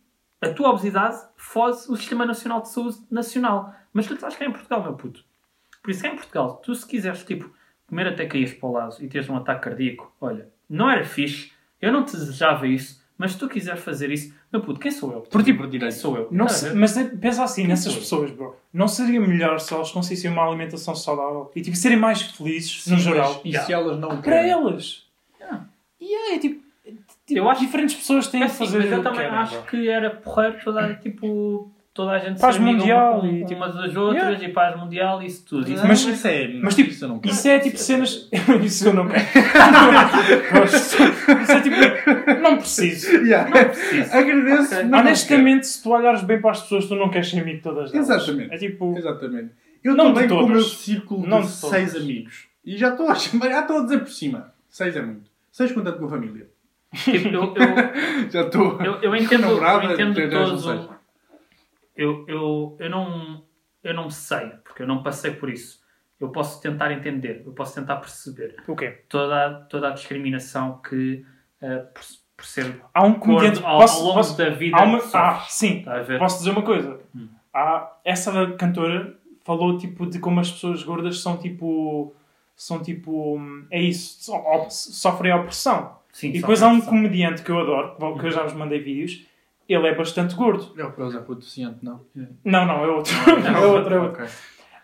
[SPEAKER 3] a tua obesidade foge o Sistema Nacional de Saúde Nacional. Mas tu estás cá em Portugal, meu puto. Por isso cá em Portugal, tu se quiseres, tipo, comer até caíres para o lado e teres um ataque cardíaco, olha, não era fixe, eu não te desejava isso, mas se tu quiseres fazer isso, meu puto, quem sou eu?
[SPEAKER 1] Por tipo,
[SPEAKER 3] Quem
[SPEAKER 1] direito.
[SPEAKER 3] sou eu?
[SPEAKER 2] Não
[SPEAKER 3] Nada a
[SPEAKER 2] se-
[SPEAKER 3] ver.
[SPEAKER 2] mas é- pensa assim, nessas
[SPEAKER 3] foi?
[SPEAKER 2] pessoas, bro. Não seria melhor se elas conseguissem uma alimentação saudável e tipo, serem mais felizes, no geral?
[SPEAKER 1] E
[SPEAKER 3] Yeah.
[SPEAKER 1] se elas não
[SPEAKER 2] Para
[SPEAKER 1] querem?
[SPEAKER 2] elas.
[SPEAKER 3] Yeah.
[SPEAKER 2] E é, tipo, tipo,
[SPEAKER 3] Eu acho-
[SPEAKER 2] diferentes pessoas têm
[SPEAKER 3] É
[SPEAKER 2] de
[SPEAKER 3] assim,
[SPEAKER 2] fazer
[SPEAKER 3] mas eu
[SPEAKER 2] o que
[SPEAKER 3] também
[SPEAKER 2] querem,
[SPEAKER 3] acho
[SPEAKER 2] bro.
[SPEAKER 3] que era porreiro toda, a- tipo, toda a gente
[SPEAKER 2] Paz
[SPEAKER 3] ser amiga
[SPEAKER 2] mundial
[SPEAKER 3] uma-
[SPEAKER 2] e,
[SPEAKER 3] com-
[SPEAKER 2] tipo,
[SPEAKER 3] umas das outras
[SPEAKER 2] yeah.
[SPEAKER 3] e paz mundial e isso tudo. Isso
[SPEAKER 1] Não,
[SPEAKER 2] Mas-
[SPEAKER 1] isso é-
[SPEAKER 2] mas, tipo,
[SPEAKER 1] isso eu não quero.
[SPEAKER 2] Isso é tipo cenas. Isso eu não quero. Isso é tipo. Não preciso.
[SPEAKER 1] Yeah. Agradeço.
[SPEAKER 3] Ok.
[SPEAKER 1] não, não
[SPEAKER 2] Honestamente, se tu olhares bem para as pessoas, tu não queres ser amigo de todas elas.
[SPEAKER 1] Exatamente.
[SPEAKER 2] É tipo.
[SPEAKER 1] quero. Exatamente. Eu
[SPEAKER 2] Não de
[SPEAKER 1] também com o meu
[SPEAKER 2] todas.
[SPEAKER 1] círculo
[SPEAKER 2] Não
[SPEAKER 1] de
[SPEAKER 2] de
[SPEAKER 1] seis
[SPEAKER 2] todas.
[SPEAKER 1] amigos. E já estou a chamar, já estou a dizer por cima. Seis é muito. Seis contando com a família.
[SPEAKER 3] Tipo, eu- eu,
[SPEAKER 1] Já estou.
[SPEAKER 3] eu, eu entendo,
[SPEAKER 1] Namorada,
[SPEAKER 3] eu entendo
[SPEAKER 1] tem dois, não
[SPEAKER 3] todo.
[SPEAKER 1] sei.
[SPEAKER 3] Eu, eu, eu, não, eu não sei, porque eu não passei por isso. Eu posso tentar entender, eu posso tentar perceber
[SPEAKER 2] O quê?
[SPEAKER 3] toda, a- toda a discriminação que, eh, por, por ser
[SPEAKER 2] Há um comediante.
[SPEAKER 3] gordo ao,
[SPEAKER 2] posso-
[SPEAKER 3] ao longo
[SPEAKER 2] posso-
[SPEAKER 3] da vida.
[SPEAKER 2] Há uma...
[SPEAKER 3] sofre.
[SPEAKER 2] Ah, sim.
[SPEAKER 3] Está a ver?
[SPEAKER 2] Posso dizer uma coisa? Há- essa cantora falou tipo de como as pessoas gordas são tipo. São tipo. hum, É isso. so- op- Sofrem opressão.
[SPEAKER 3] Sim,
[SPEAKER 2] E
[SPEAKER 3] só
[SPEAKER 2] depois há um
[SPEAKER 3] só.
[SPEAKER 2] comediante que eu adoro, que- que eu já vos mandei vídeos. Ele é bastante gordo.
[SPEAKER 1] É o causa deficiente, não?
[SPEAKER 2] Não, não, é outro. é outro, é outro.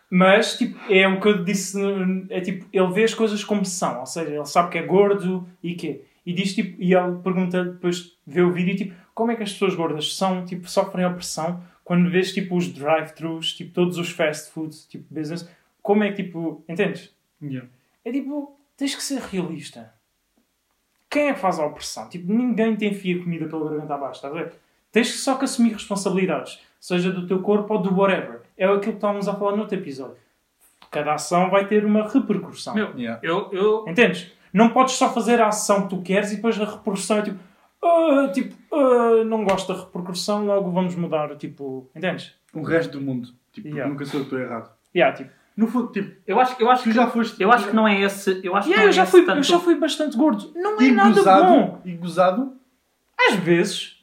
[SPEAKER 2] Mas, tipo, é o que eu disse. hum, É tipo, ele vê as coisas como são. Ou seja, ele sabe que é gordo e que E diz, tipo, e ele pergunta, depois vê o vídeo, tipo, como é que as pessoas gordas são, tipo, sofrem opressão quando vês, tipo, os drive-thrus, tipo, todos os fast foods, tipo, business. Como é que, tipo, entendes?
[SPEAKER 3] Yeah.
[SPEAKER 2] É tipo, tens que ser realista. Quem é que faz a opressão? Tipo, ninguém te enfia comida pela garganta abaixo, estás a ver? Tens que só que assumir responsabilidades, seja do teu corpo ou do whatever. É aquilo que estávamos a falar no outro episódio. Cada ação vai ter uma repercussão.
[SPEAKER 3] Meu,
[SPEAKER 1] Yeah.
[SPEAKER 3] eu, eu,
[SPEAKER 2] Entendes? Não podes só fazer a ação que tu queres e depois a repercussão é tipo, "Ah, tipo, ah, não gosto da repercussão, logo vamos mudar, tipo, entendes?
[SPEAKER 1] O resto do mundo. Tipo,
[SPEAKER 2] Yeah.
[SPEAKER 1] nunca sou eu que estou errado.
[SPEAKER 2] Yeah, tipo,
[SPEAKER 1] No fundo, tipo,
[SPEAKER 3] eu acho, eu acho
[SPEAKER 1] tu
[SPEAKER 3] que.
[SPEAKER 1] já foste.
[SPEAKER 3] Eu acho que não é esse. Eu acho que
[SPEAKER 2] yeah,
[SPEAKER 3] não
[SPEAKER 2] eu,
[SPEAKER 3] é
[SPEAKER 2] já
[SPEAKER 3] esse
[SPEAKER 2] fui,
[SPEAKER 3] tanto
[SPEAKER 2] eu já fui bastante gordo. Não é
[SPEAKER 1] E
[SPEAKER 2] nada
[SPEAKER 1] gozado,
[SPEAKER 2] bom.
[SPEAKER 1] E gozado.
[SPEAKER 2] Às vezes.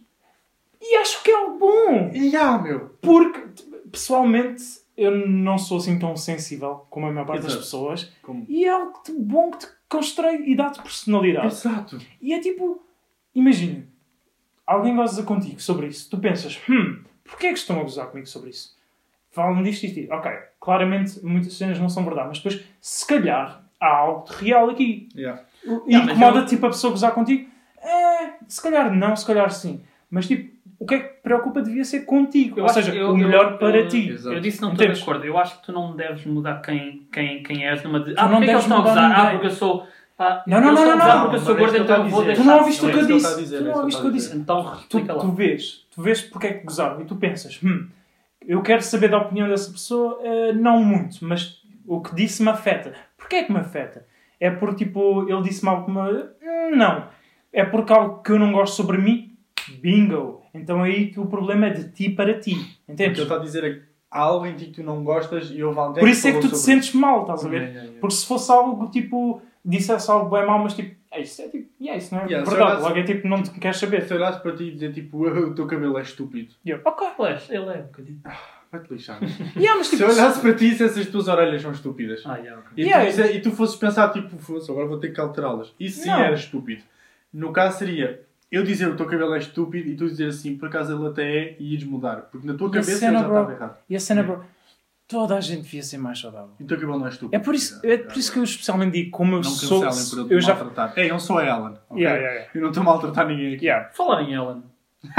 [SPEAKER 2] E acho que é algo bom.
[SPEAKER 1] E ah, meu.
[SPEAKER 2] Porque, t- pessoalmente, eu não sou assim tão sensível como a maior parte das
[SPEAKER 1] Exato.
[SPEAKER 2] pessoas.
[SPEAKER 1] Como-
[SPEAKER 2] E é algo de bom que te constrói e dá-te personalidade.
[SPEAKER 1] Exato.
[SPEAKER 2] E é tipo, imagina, alguém goza contigo sobre isso, tu pensas, hum, porquê é que estão a gozar comigo sobre isso? Falam disto e disto. Ok, claramente muitas cenas não são verdade, mas depois, se calhar, há algo de real aqui.
[SPEAKER 1] Yeah.
[SPEAKER 2] E
[SPEAKER 3] Não, mas
[SPEAKER 2] incomoda
[SPEAKER 3] eu-
[SPEAKER 2] tipo a pessoa gozar contigo? É, se calhar não, se calhar sim. Mas tipo, o que é que te preocupa devia ser contigo.
[SPEAKER 3] Eu
[SPEAKER 2] Ou
[SPEAKER 3] acho-
[SPEAKER 2] seja, o
[SPEAKER 3] eu- eu-
[SPEAKER 2] melhor
[SPEAKER 3] eu-
[SPEAKER 2] para ti.
[SPEAKER 1] Exato.
[SPEAKER 3] Eu disse não estou de
[SPEAKER 2] Entendes?
[SPEAKER 3] acordo. Eu acho que tu não deves mudar quem, quem, quem és numa de...
[SPEAKER 2] Tu
[SPEAKER 3] Ah,
[SPEAKER 2] não
[SPEAKER 3] porque é que
[SPEAKER 2] deves
[SPEAKER 3] eles estão a
[SPEAKER 2] mudar
[SPEAKER 3] gozar? Ah,
[SPEAKER 2] ninguém.
[SPEAKER 3] porque eu sou... Ah,
[SPEAKER 2] Não, não, não,
[SPEAKER 3] eles estão a
[SPEAKER 2] não,
[SPEAKER 3] gozar
[SPEAKER 2] não.
[SPEAKER 3] porque eu sou
[SPEAKER 1] Não, mas
[SPEAKER 3] gordo,
[SPEAKER 1] é isso que
[SPEAKER 3] então eu
[SPEAKER 1] ele
[SPEAKER 3] vou
[SPEAKER 1] está a
[SPEAKER 3] deixar...
[SPEAKER 2] Tu não ouviste o que eu
[SPEAKER 1] Não é isso que ele está a
[SPEAKER 2] disse.
[SPEAKER 1] dizer,
[SPEAKER 2] Tu
[SPEAKER 1] é
[SPEAKER 2] não
[SPEAKER 1] isso que
[SPEAKER 2] ouviste o que
[SPEAKER 1] ele
[SPEAKER 2] eu
[SPEAKER 1] está
[SPEAKER 2] disse.
[SPEAKER 3] Então,
[SPEAKER 2] Tu,
[SPEAKER 3] replica lá.
[SPEAKER 2] tu vês, tu vês porque é que gozaram e tu pensas, hum, eu quero saber da opinião dessa pessoa, eh, não muito, mas o que disse me afeta. Porquê é que me afeta? É porque, tipo, ele disse-me algo que me... Não. É porque algo que eu não gosto sobre mim? Bingo. Então aí que o problema é de ti para ti.
[SPEAKER 1] O que ele
[SPEAKER 2] Entendes?
[SPEAKER 1] está a dizer é que há algo em ti que tu não gostas e houve alguém
[SPEAKER 2] Por isso é que tu
[SPEAKER 1] falou
[SPEAKER 2] te
[SPEAKER 1] sobre
[SPEAKER 2] sentes mal, estás a ver?
[SPEAKER 1] Yeah, yeah, yeah.
[SPEAKER 2] Porque se fosse algo, tipo, dissesse algo bem mal, mas tipo, é isso, é tipo, yeah, isso não é
[SPEAKER 1] Yeah, se
[SPEAKER 2] verdade.
[SPEAKER 1] olhasse-
[SPEAKER 2] Logo é tipo, não te queres saber.
[SPEAKER 1] Se olhasse para ti e dizer tipo, "Ah, o teu cabelo é estúpido,
[SPEAKER 2] E eu, ok.
[SPEAKER 3] Pois, ele é um bocadinho.
[SPEAKER 1] vai-te lixar.
[SPEAKER 2] Yeah, mas
[SPEAKER 1] se
[SPEAKER 2] tipo,
[SPEAKER 1] eu olhasse para ti e dissesse as tuas orelhas são estúpidas
[SPEAKER 3] Ah, yeah, ok.
[SPEAKER 1] e,
[SPEAKER 2] Yeah.
[SPEAKER 1] tu, disse- e tu fosses pensar tipo, "Foda-se, agora vou ter que alterá-las. Isso sim
[SPEAKER 2] Não.
[SPEAKER 1] era estúpido. No caso seria eu dizer o teu cabelo é estúpido e tu dizer assim, por acaso ele até é e ires mudar. Porque na tua
[SPEAKER 2] E a
[SPEAKER 1] cabeça ele
[SPEAKER 2] cena,
[SPEAKER 1] já estava
[SPEAKER 2] bro?
[SPEAKER 1] errado.
[SPEAKER 2] E a cena, bro, toda a gente devia ser mais saudável.
[SPEAKER 1] E o teu cabelo não é estúpido.
[SPEAKER 2] É por isso, é por isso que eu especialmente digo, como eu
[SPEAKER 1] não
[SPEAKER 2] sou.
[SPEAKER 1] cancelem por tá eu,
[SPEAKER 2] Eu já.
[SPEAKER 1] maltratar. Ei, eu sou a Ellen. ok?
[SPEAKER 2] Yeah, yeah, yeah.
[SPEAKER 1] Eu não estou a maltratar ninguém aqui.
[SPEAKER 2] Yeah.
[SPEAKER 3] Falar em Ellen.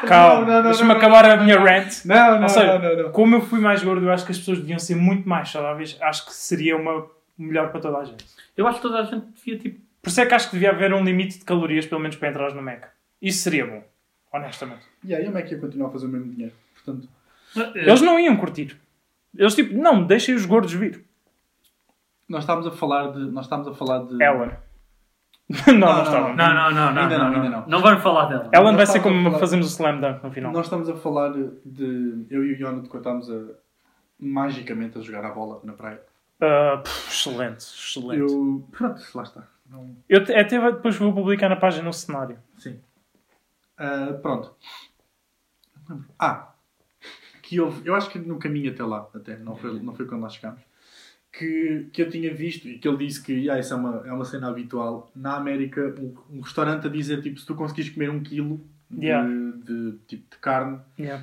[SPEAKER 1] Não,
[SPEAKER 2] Calma,
[SPEAKER 1] não, não,
[SPEAKER 2] deixa-me
[SPEAKER 1] não,
[SPEAKER 2] acabar a minha rant.
[SPEAKER 1] Não, não,
[SPEAKER 2] Ou seja,
[SPEAKER 1] não, não, não.
[SPEAKER 2] Como eu fui mais gordo, eu acho que as pessoas deviam ser muito mais saudáveis. Acho que seria uma melhor para toda a gente.
[SPEAKER 3] Eu acho que toda a gente devia, tipo...
[SPEAKER 2] Por isso é que acho que devia haver um limite de calorias, pelo menos para entrar no Mac. Isso seria bom, honestamente.
[SPEAKER 1] E aí, como é que ia continuar a fazer o mesmo dinheiro? Portanto,
[SPEAKER 2] Eles não iam curtir. Eles tipo, não, deixem os gordos vir.
[SPEAKER 1] nós estávamos a falar de. Nós estávamos a falar de.
[SPEAKER 2] Ellen. não, não,
[SPEAKER 1] não,
[SPEAKER 2] estavam.
[SPEAKER 3] Não, não, não, não.
[SPEAKER 1] Ainda não,
[SPEAKER 3] não,
[SPEAKER 1] ainda não.
[SPEAKER 3] Não vamos falar dela.
[SPEAKER 2] Ellen vai
[SPEAKER 1] Nós
[SPEAKER 2] ser
[SPEAKER 1] estávamos a
[SPEAKER 2] como
[SPEAKER 1] falar-
[SPEAKER 2] fazemos o slam dunk no final.
[SPEAKER 1] Nós estamos a falar de. Eu e o Iona, de quando estávamos a. magicamente a jogar a bola na praia.
[SPEAKER 2] Ah, pff, excelente, excelente.
[SPEAKER 1] Eu. Pronto, lá está. Não-
[SPEAKER 2] Eu te- até vou- depois vou publicar na página o cenário.
[SPEAKER 1] Sim. Ah, pronto. Não lembro. Ah! Que houve. Eu acho que no caminho até lá, até. Não foi,
[SPEAKER 2] Uhum.
[SPEAKER 1] não foi quando lá chegámos. Que, que eu tinha visto e que ele disse que ah, isso é uma, é uma cena habitual. Na América, um, um restaurante a dizer tipo: se tu conseguires comer um quilo de,
[SPEAKER 2] Yeah.
[SPEAKER 1] de, tipo, de carne,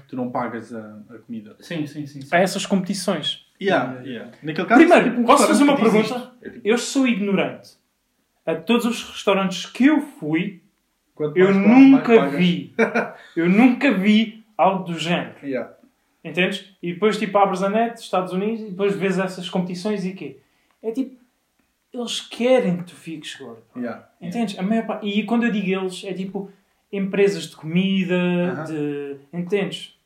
[SPEAKER 1] tu não pagas a, a comida.
[SPEAKER 3] Sim, sim, sim. sim.
[SPEAKER 2] Há essas competições.
[SPEAKER 1] Yeah, yeah. Naquele caso,
[SPEAKER 2] Primeiro,
[SPEAKER 1] tipo, um
[SPEAKER 2] posso fazer uma
[SPEAKER 1] restaurante que diz
[SPEAKER 2] pergunta?
[SPEAKER 1] isto. É tipo,
[SPEAKER 2] Eu sou ignorante. A todos os restaurantes que eu fui,
[SPEAKER 1] quanto
[SPEAKER 2] eu
[SPEAKER 1] mais comes, mais
[SPEAKER 2] nunca
[SPEAKER 1] pagas.
[SPEAKER 2] vi. Eu nunca vi algo do género.
[SPEAKER 1] Yeah.
[SPEAKER 2] Entendes? E depois, tipo, abres a net, Estados Unidos, e depois vês essas competições e quê? É tipo, eles querem que tu fiques gordo.
[SPEAKER 1] Yeah.
[SPEAKER 2] Entendes? A maior parte... E quando eu digo eles, é tipo empresas de comida,
[SPEAKER 1] Aham.
[SPEAKER 2] de. Entendes?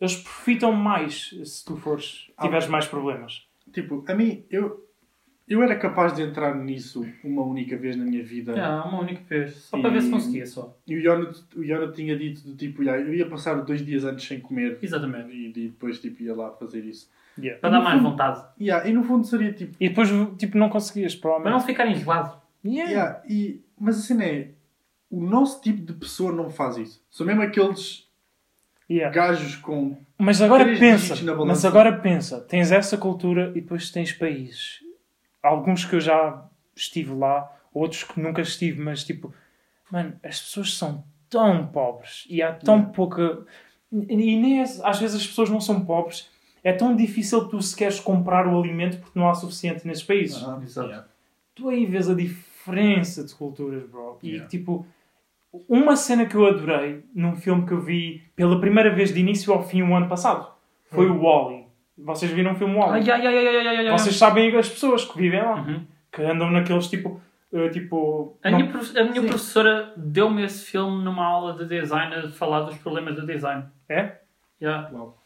[SPEAKER 2] Eles profitam mais se tu fores,
[SPEAKER 1] Ah,
[SPEAKER 2] tiveres mais problemas.
[SPEAKER 1] Tipo, a mim, eu, eu era capaz de entrar nisso uma única vez na minha vida.
[SPEAKER 3] Ah, uma única vez. Só para ver se
[SPEAKER 1] E-
[SPEAKER 3] conseguia, só.
[SPEAKER 1] E o Yonut, o Yonut tinha dito do tipo, yeah, eu ia passar dois dias antes sem comer
[SPEAKER 3] Exatamente.
[SPEAKER 1] e, e depois tipo, ia lá fazer isso.
[SPEAKER 3] Para dar mais vontade.
[SPEAKER 1] Yeah, e no fundo seria tipo.
[SPEAKER 2] E depois, tipo, não conseguias,
[SPEAKER 3] Mas não
[SPEAKER 2] provavelmente.
[SPEAKER 3] ficar enjoado.
[SPEAKER 2] Yeah.
[SPEAKER 1] Yeah, e, mas a cena é, o nosso tipo de pessoa não faz isso. São mesmo aqueles
[SPEAKER 2] Yeah.
[SPEAKER 1] gajos com
[SPEAKER 2] Mas agora
[SPEAKER 1] Três
[SPEAKER 2] pensa,
[SPEAKER 1] dígitos na
[SPEAKER 2] mas
[SPEAKER 1] balança.
[SPEAKER 2] agora pensa, tens essa cultura e depois tens países. Alguns que eu já estive lá, outros que nunca estive, mas tipo, mano, as pessoas são tão pobres e há tão pouca. E e nem é- às vezes as pessoas não são pobres, é tão difícil tu se queres comprar o alimento porque não há suficiente nesses países.
[SPEAKER 1] Ah,
[SPEAKER 3] Exato.
[SPEAKER 1] yeah.
[SPEAKER 2] Tu aí vês a diferença de culturas, bro. E
[SPEAKER 1] Yeah.
[SPEAKER 2] tipo, uma cena que eu adorei num filme que eu vi pela primeira vez de início ao fim o ano passado foi o Wally. Vocês viram o filme Wally?
[SPEAKER 3] Ai, ai, ai, ai, ai, ai, ai, ai.
[SPEAKER 2] Vocês sabem as pessoas que vivem lá,
[SPEAKER 3] Uhum.
[SPEAKER 2] que andam naqueles tipo. eh, tipo
[SPEAKER 3] A
[SPEAKER 2] não-
[SPEAKER 3] minha, profe- a minha
[SPEAKER 1] Sim.
[SPEAKER 3] professora deu-me esse filme numa aula de design a falar dos problemas do design.
[SPEAKER 2] É?
[SPEAKER 3] Yeah.
[SPEAKER 1] Uau.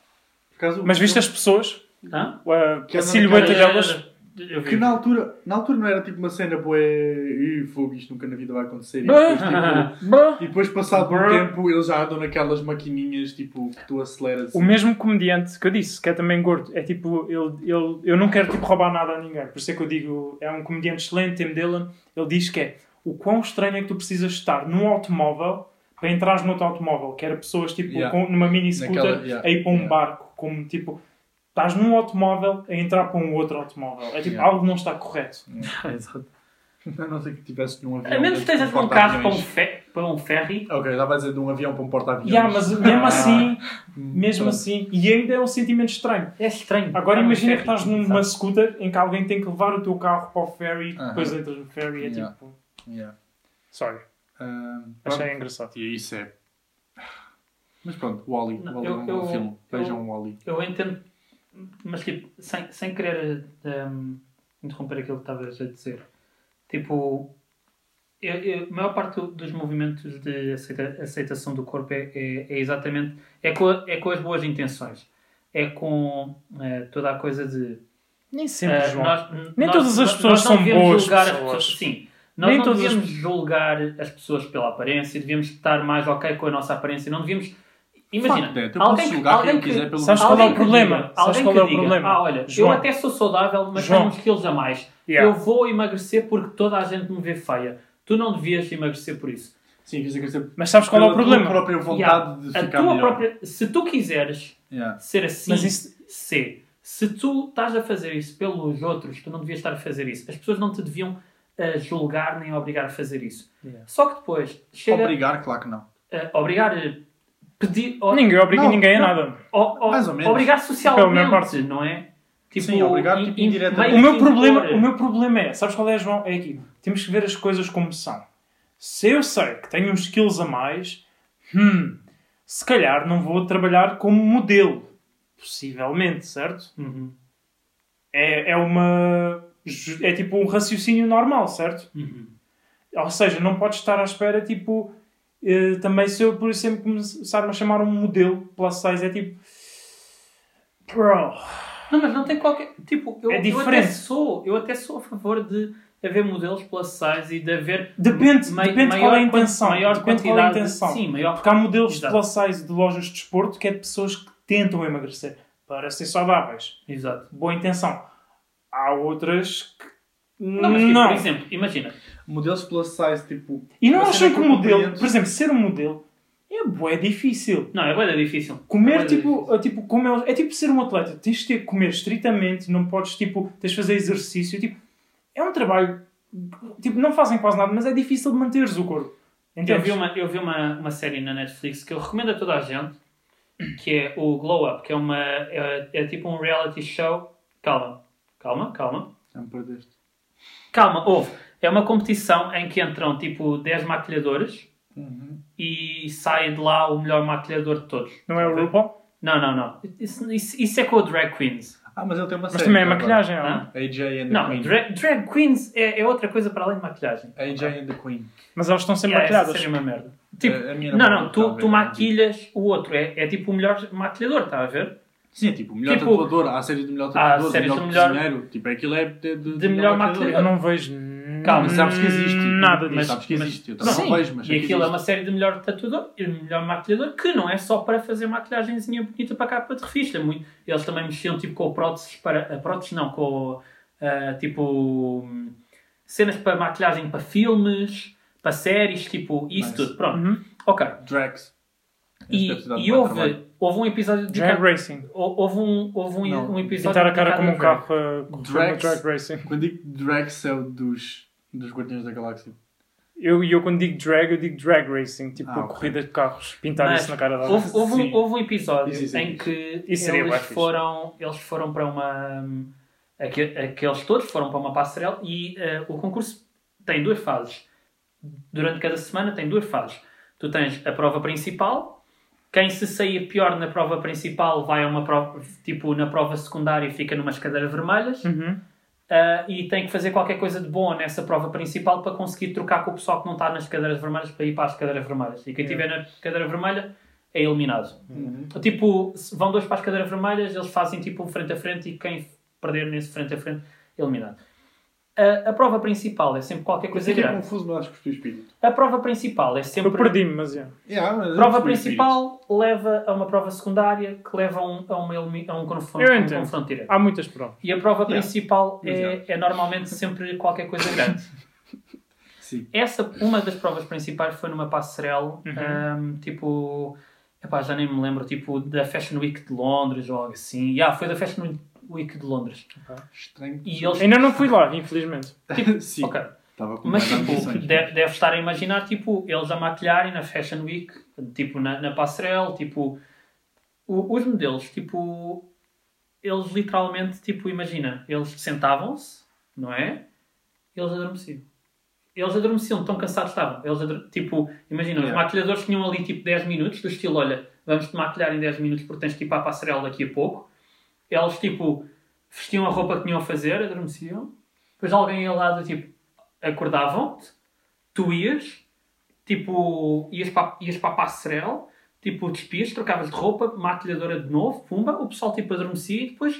[SPEAKER 1] Por acaso,
[SPEAKER 2] Mas viste
[SPEAKER 1] eu-
[SPEAKER 2] as pessoas?
[SPEAKER 3] Hã?
[SPEAKER 2] Eh,
[SPEAKER 1] Que
[SPEAKER 2] a
[SPEAKER 1] andam
[SPEAKER 2] silhueta
[SPEAKER 1] naquela-
[SPEAKER 2] delas?
[SPEAKER 3] Eu vi.
[SPEAKER 1] Que na altura, na altura não era tipo uma cena boé, "Ih, fogo, isto nunca na vida vai acontecer. E depois, tipo,
[SPEAKER 2] Bruh.
[SPEAKER 1] e depois passado um
[SPEAKER 2] Bruh.
[SPEAKER 1] tempo, eles já andam naquelas maquininhas tipo que tu aceleras.
[SPEAKER 2] O mesmo comediante que eu disse, que é também gordo, é tipo, ele, ele, eu não quero tipo, roubar nada a ninguém. Por isso é que eu digo, é um comediante excelente, Tim Dillon. Ele diz que é o quão estranho é que tu precisas estar num automóvel para entrares noutro automóvel, que era pessoas tipo
[SPEAKER 1] Yeah.
[SPEAKER 2] com- numa mini scooter
[SPEAKER 1] Naquela- yeah.
[SPEAKER 2] a ir para um
[SPEAKER 1] Yeah.
[SPEAKER 2] barco, como tipo, estás num automóvel a entrar para um outro automóvel. É tipo,
[SPEAKER 1] Yeah.
[SPEAKER 2] algo não está correto.
[SPEAKER 3] Ah, Exato.
[SPEAKER 1] A não ser que tivesse de um avião.
[SPEAKER 3] A menos
[SPEAKER 1] de-
[SPEAKER 3] que
[SPEAKER 1] de
[SPEAKER 3] estejas num carro para um,
[SPEAKER 1] porta-aviões.
[SPEAKER 3] fe- para um ferry.
[SPEAKER 1] Ok, estava a dizer de um avião para um porta-aviões.
[SPEAKER 2] Yeah, mas mesmo
[SPEAKER 1] Ah, Então.
[SPEAKER 2] assim, mesmo
[SPEAKER 1] pronto.
[SPEAKER 2] assim, e ainda é um sentimento estranho.
[SPEAKER 3] É estranho.
[SPEAKER 2] Agora
[SPEAKER 3] Está num
[SPEAKER 2] imagina que
[SPEAKER 3] ferry,
[SPEAKER 2] estás numa
[SPEAKER 3] sabe?
[SPEAKER 2] scooter em que alguém tem que levar o teu carro para o ferry e
[SPEAKER 1] Aham.
[SPEAKER 2] depois entras no ferry e é
[SPEAKER 1] Yeah.
[SPEAKER 2] tipo.
[SPEAKER 1] Yeah.
[SPEAKER 2] Sorry,
[SPEAKER 1] Ah, pronto.
[SPEAKER 2] achei engraçado.
[SPEAKER 1] E isso é. Mas pronto, Wally.
[SPEAKER 3] Não,
[SPEAKER 1] Wally é
[SPEAKER 3] eu-
[SPEAKER 1] um
[SPEAKER 3] eu-
[SPEAKER 1] bom filme.
[SPEAKER 3] eu-
[SPEAKER 1] Vejam o Wally.
[SPEAKER 3] Tipo, Eu entendo, mas tipo, sem, sem querer hum, interromper aquilo que estavas a dizer. Tipo, eu, eu- a maior parte do- dos movimentos de aceita- aceitação do corpo é, é, é exatamente. É com, a- é com as boas intenções. É com eh, toda a coisa de.
[SPEAKER 2] Nem sempre,
[SPEAKER 3] eh,
[SPEAKER 2] João.
[SPEAKER 3] nós- n-
[SPEAKER 2] Nem
[SPEAKER 3] nós-
[SPEAKER 2] todas as
[SPEAKER 3] nós-
[SPEAKER 2] pessoas
[SPEAKER 3] nós não
[SPEAKER 2] são
[SPEAKER 3] devemos
[SPEAKER 2] boas
[SPEAKER 3] julgar as
[SPEAKER 2] pessoas.
[SPEAKER 3] Sim. Nós
[SPEAKER 2] Nem
[SPEAKER 3] não
[SPEAKER 2] todas as
[SPEAKER 3] devíamos julgar as pessoas pela aparência, devíamos estar mais ok com a nossa aparência, não devíamos. Imagina,
[SPEAKER 1] Facto é, tu podes julgar quem quiser pelo
[SPEAKER 2] Sabes
[SPEAKER 1] que-
[SPEAKER 2] qual é o
[SPEAKER 3] Alguém que
[SPEAKER 2] problema?
[SPEAKER 3] diga-
[SPEAKER 2] Sabes
[SPEAKER 3] alguém
[SPEAKER 2] qual
[SPEAKER 3] que
[SPEAKER 2] é o
[SPEAKER 3] diga,
[SPEAKER 2] problema?
[SPEAKER 3] Ah, olha,
[SPEAKER 2] João.
[SPEAKER 3] eu até sou saudável, mas
[SPEAKER 2] João.
[SPEAKER 3] tenho uns quilos a mais.
[SPEAKER 2] Yeah.
[SPEAKER 3] Eu vou emagrecer porque toda a gente me vê feia. Tu não devias emagrecer por isso.
[SPEAKER 1] Sim, quer dizer que sempre.
[SPEAKER 2] Mas sabes qual é o
[SPEAKER 1] A
[SPEAKER 2] problema?
[SPEAKER 1] tua própria
[SPEAKER 3] Yeah.
[SPEAKER 1] vontade de
[SPEAKER 3] A
[SPEAKER 1] ficar
[SPEAKER 3] tua
[SPEAKER 1] melhor.
[SPEAKER 3] própria, se tu quiseres
[SPEAKER 1] Yeah.
[SPEAKER 3] ser assim,
[SPEAKER 2] Mas isso-
[SPEAKER 3] ser. Se tu estás a fazer isso pelos outros, tu não devias estar a fazer isso. As pessoas não te deviam ah, julgar nem obrigar a fazer isso.
[SPEAKER 2] Yeah.
[SPEAKER 3] Só que depois chega
[SPEAKER 1] Obrigar, claro que não.
[SPEAKER 3] a obrigar, eh, pedir, o-
[SPEAKER 2] Ninguém obriga
[SPEAKER 1] Não,
[SPEAKER 2] ninguém a
[SPEAKER 1] não.
[SPEAKER 2] nada.
[SPEAKER 3] O- o-
[SPEAKER 1] Mais ou menos.
[SPEAKER 3] Obrigar
[SPEAKER 2] Pela minha
[SPEAKER 3] socialmente,
[SPEAKER 2] é parte.
[SPEAKER 3] não é?
[SPEAKER 1] Sim, obrigar, tipo,
[SPEAKER 3] in- in-
[SPEAKER 1] indiretamente.
[SPEAKER 2] O
[SPEAKER 3] meio
[SPEAKER 2] meu,
[SPEAKER 3] que
[SPEAKER 2] problema,
[SPEAKER 3] impor.
[SPEAKER 2] o meu problema é, sabes qual é, João? É aqui. Temos que ver as coisas como são. Se eu sei que tenho uns quilos a mais, hum, se calhar não vou trabalhar como modelo. Possivelmente, certo?
[SPEAKER 3] Uhum,
[SPEAKER 2] É, é uma. ju- É tipo um raciocínio normal, certo?
[SPEAKER 3] uhum.
[SPEAKER 2] Ou seja, não podes estar à espera, tipo. eh, também se eu, por exemplo, começar-me a chamar um modelo plus size, é tipo. Bro.
[SPEAKER 3] Não, mas não tem qualquer. Tipo, eu,
[SPEAKER 2] É
[SPEAKER 3] eu
[SPEAKER 2] diferente.
[SPEAKER 3] até sou, eu até sou a favor de haver modelos plus size e de haver.
[SPEAKER 2] Depende,
[SPEAKER 3] mai-
[SPEAKER 2] depende de qual é a
[SPEAKER 3] quan-
[SPEAKER 2] intenção.
[SPEAKER 3] Maior
[SPEAKER 2] depende de qual
[SPEAKER 3] quantidade.
[SPEAKER 2] é a intenção.
[SPEAKER 3] Sim, maior.
[SPEAKER 2] Porque há modelos
[SPEAKER 3] Exato.
[SPEAKER 2] plus size de lojas de desporto que é de pessoas que tentam emagrecer para ser saudáveis.
[SPEAKER 3] Exato.
[SPEAKER 2] Boa intenção. Há outras que.
[SPEAKER 3] Não,
[SPEAKER 2] Não.
[SPEAKER 3] mas tipo, por exemplo, imagina.
[SPEAKER 1] Modelos plus size, tipo.
[SPEAKER 2] E não
[SPEAKER 1] Mas
[SPEAKER 2] acham
[SPEAKER 1] eu
[SPEAKER 2] que o
[SPEAKER 1] não
[SPEAKER 2] modelo.
[SPEAKER 1] compreendo.
[SPEAKER 2] Por exemplo, ser um modelo é bué difícil.
[SPEAKER 3] Não, é bem difícil. É
[SPEAKER 2] Comer,
[SPEAKER 3] bué
[SPEAKER 2] tipo, é, tipo, como é, é tipo ser um atleta. Tens de ter que comer estritamente, não podes, tipo, tens de fazer exercício. Tipo, é um trabalho. Tipo, não fazem quase nada, mas é difícil de manteres o corpo.
[SPEAKER 3] Eu
[SPEAKER 2] Entendes?
[SPEAKER 3] vi, uma, eu vi uma, uma série na Netflix que eu recomendo a toda a gente, que é o Glow Up, que é uma. É, é tipo um reality show. Calma, calma, calma.
[SPEAKER 1] Já me perdeste.
[SPEAKER 3] Calma, houve. É uma competição em que entram tipo 10 maquilhadores
[SPEAKER 1] Uhum.
[SPEAKER 3] e sai de lá o melhor maquilhador de todos.
[SPEAKER 2] Não é o RuPaul?
[SPEAKER 3] Não, não, não. Isso, isso- isso é com o Drag Queens.
[SPEAKER 1] Ah, mas ele tem uma
[SPEAKER 2] Mas
[SPEAKER 1] série.
[SPEAKER 2] também é
[SPEAKER 1] agora.
[SPEAKER 2] maquilhagem, é
[SPEAKER 3] Hã?
[SPEAKER 2] não?
[SPEAKER 1] AJ and the
[SPEAKER 3] Não,
[SPEAKER 1] Queen.
[SPEAKER 3] dra- Drag Queens é, é outra coisa para além de maquilhagem.
[SPEAKER 1] AJ and the Queen.
[SPEAKER 2] Mas elas estão sempre
[SPEAKER 3] Yeah, essa
[SPEAKER 2] maquilhadas.
[SPEAKER 3] seria uma merda. Tipo,
[SPEAKER 1] É, A- a minha
[SPEAKER 3] não,
[SPEAKER 1] namorada
[SPEAKER 3] não,
[SPEAKER 1] estava a
[SPEAKER 3] tu,
[SPEAKER 1] ver,
[SPEAKER 3] tu
[SPEAKER 1] não vi.
[SPEAKER 3] maquilhas o outro. É, é tipo o melhor maquilhador, está a ver?
[SPEAKER 1] Sim, é tipo, o melhor
[SPEAKER 3] Tipo,
[SPEAKER 1] tatuador. Há a série do melhor tatuador, do
[SPEAKER 3] séries
[SPEAKER 1] melhor
[SPEAKER 3] do melhor-
[SPEAKER 1] cozinheiro. Tipo, aquilo é de, de,
[SPEAKER 3] de melhor
[SPEAKER 2] Eu
[SPEAKER 3] maquilhador.
[SPEAKER 2] não vejo
[SPEAKER 3] Calma,
[SPEAKER 1] Mas sabes que existe.
[SPEAKER 2] nada
[SPEAKER 1] Mas
[SPEAKER 2] disso.
[SPEAKER 1] sabes que
[SPEAKER 3] Hum, tipo, mas-
[SPEAKER 1] existe. Eu também
[SPEAKER 2] Sim.
[SPEAKER 1] não vejo, mas sei
[SPEAKER 3] e
[SPEAKER 1] que
[SPEAKER 3] aquilo é
[SPEAKER 1] existe.
[SPEAKER 3] uma série de melhor tatuador e melhor maquilhador que não é só para fazer maquilhagenzinha bonita para capa de revista. Muito, eles também mexiam tipo com próteses para. ah, próteses não, com ah, tipo. hum, cenas para maquilhagem para filmes, para séries, tipo isso
[SPEAKER 1] Nice.
[SPEAKER 3] tudo. Pronto.
[SPEAKER 2] Uhum.
[SPEAKER 3] Ok.
[SPEAKER 1] Drax.
[SPEAKER 3] E,
[SPEAKER 1] Esta é a
[SPEAKER 3] e
[SPEAKER 1] cidade do
[SPEAKER 3] houve, houve um episódio de.
[SPEAKER 2] Drag Racing.
[SPEAKER 3] hou- Houve um, houve um,
[SPEAKER 1] Não.
[SPEAKER 3] um episódio.
[SPEAKER 2] Pintar a
[SPEAKER 3] de
[SPEAKER 2] cara como um
[SPEAKER 3] Drag.
[SPEAKER 2] carro uh, correr no
[SPEAKER 1] Drags.
[SPEAKER 2] Drag Racing.
[SPEAKER 1] Quando digo Drax é o dos, dos Guardiões da Galáxia.
[SPEAKER 2] Eu, e eu quando digo drag, eu digo drag racing. Tipo,
[SPEAKER 1] Ah, ok.
[SPEAKER 2] corrida de carros. Pintar
[SPEAKER 3] Mas
[SPEAKER 2] isso na cara da
[SPEAKER 3] Houve, houve
[SPEAKER 1] Sim.
[SPEAKER 3] um, houve um episódio
[SPEAKER 1] Isso, isso,
[SPEAKER 3] em
[SPEAKER 1] isso.
[SPEAKER 3] que
[SPEAKER 2] Isso seria bué
[SPEAKER 3] eles,
[SPEAKER 2] fixe.
[SPEAKER 3] foram, eles foram para uma. hum, aque- Aqueles todos foram para uma passarela e eh, o concurso tem duas fases. Durante cada semana tem duas fases. Tu tens a prova principal. Quem se sair pior na prova principal vai a uma prova, tipo, na prova secundária e fica numas cadeiras vermelhas.
[SPEAKER 2] Uhum.
[SPEAKER 3] Ah, e tem que fazer qualquer coisa de bom nessa prova principal para conseguir trocar com o pessoal que não está nas cadeiras vermelhas para ir para as cadeiras vermelhas. E quem estiver na cadeira vermelha é eliminado. Tipo, se vão dois para as cadeiras vermelhas, eles fazem tipo um frente a frente e quem perder nesse frente a frente é eliminado. A, a prova principal é sempre qualquer
[SPEAKER 1] Eu
[SPEAKER 3] coisa
[SPEAKER 1] fiquei
[SPEAKER 3] grande.
[SPEAKER 1] confuso, mas acho que fui espírito.
[SPEAKER 3] A prova principal é sempre.
[SPEAKER 2] Eu perdi-me, mas é.
[SPEAKER 1] Yeah, mas eu
[SPEAKER 3] Prova
[SPEAKER 1] fui espírito.
[SPEAKER 3] principal leva a uma prova secundária que leva a um, a uma elimi- a um confronto,
[SPEAKER 2] Eu
[SPEAKER 3] um
[SPEAKER 2] entendo. Ah.
[SPEAKER 3] confronto direto.
[SPEAKER 2] Há muitas provas.
[SPEAKER 3] E a prova
[SPEAKER 1] Yeah.
[SPEAKER 3] principal
[SPEAKER 1] Exato.
[SPEAKER 3] é, é normalmente sempre qualquer coisa grande.
[SPEAKER 1] Sim.
[SPEAKER 3] Essa, uma das provas principais foi numa passarela, um, tipo, epá, já nem me lembro, tipo, da Fashion Week de Londres ou algo assim. Yeah, foi da Fashion Week de Londres.
[SPEAKER 1] Estranho.
[SPEAKER 3] E eles,
[SPEAKER 2] Ainda não fui lá, infelizmente.
[SPEAKER 3] tipo,
[SPEAKER 1] Sim.
[SPEAKER 3] ok.
[SPEAKER 1] Estava com
[SPEAKER 3] Mas
[SPEAKER 1] mais
[SPEAKER 3] tipo,
[SPEAKER 1] ambições.
[SPEAKER 3] de- deve, estar a imaginar tipo, eles a maquilharem na Fashion Week, tipo na, na passarela, tipo o- os modelos, tipo eles literalmente, tipo, imagina, eles sentavam-se, não é? E eles adormeciam. Eles adormeciam, tão cansados estavam. Eles ador- tipo, imagina, os
[SPEAKER 1] Yeah.
[SPEAKER 3] maquilhadores tinham ali tipo 10 minutos, do estilo, olha, vamos te maquilhar em 10 minutos porque tens que ir para a passarela daqui a pouco. Eles tipo vestiam a roupa que tinham a fazer, adormeciam. Depois alguém ia lá do tipo, acordavam-te, tu ias, tipo, ias para, ias para a passarela, tipo, despias, trocavas de roupa, maquilhadora de novo, pumba, o pessoal tipo adormecia e depois.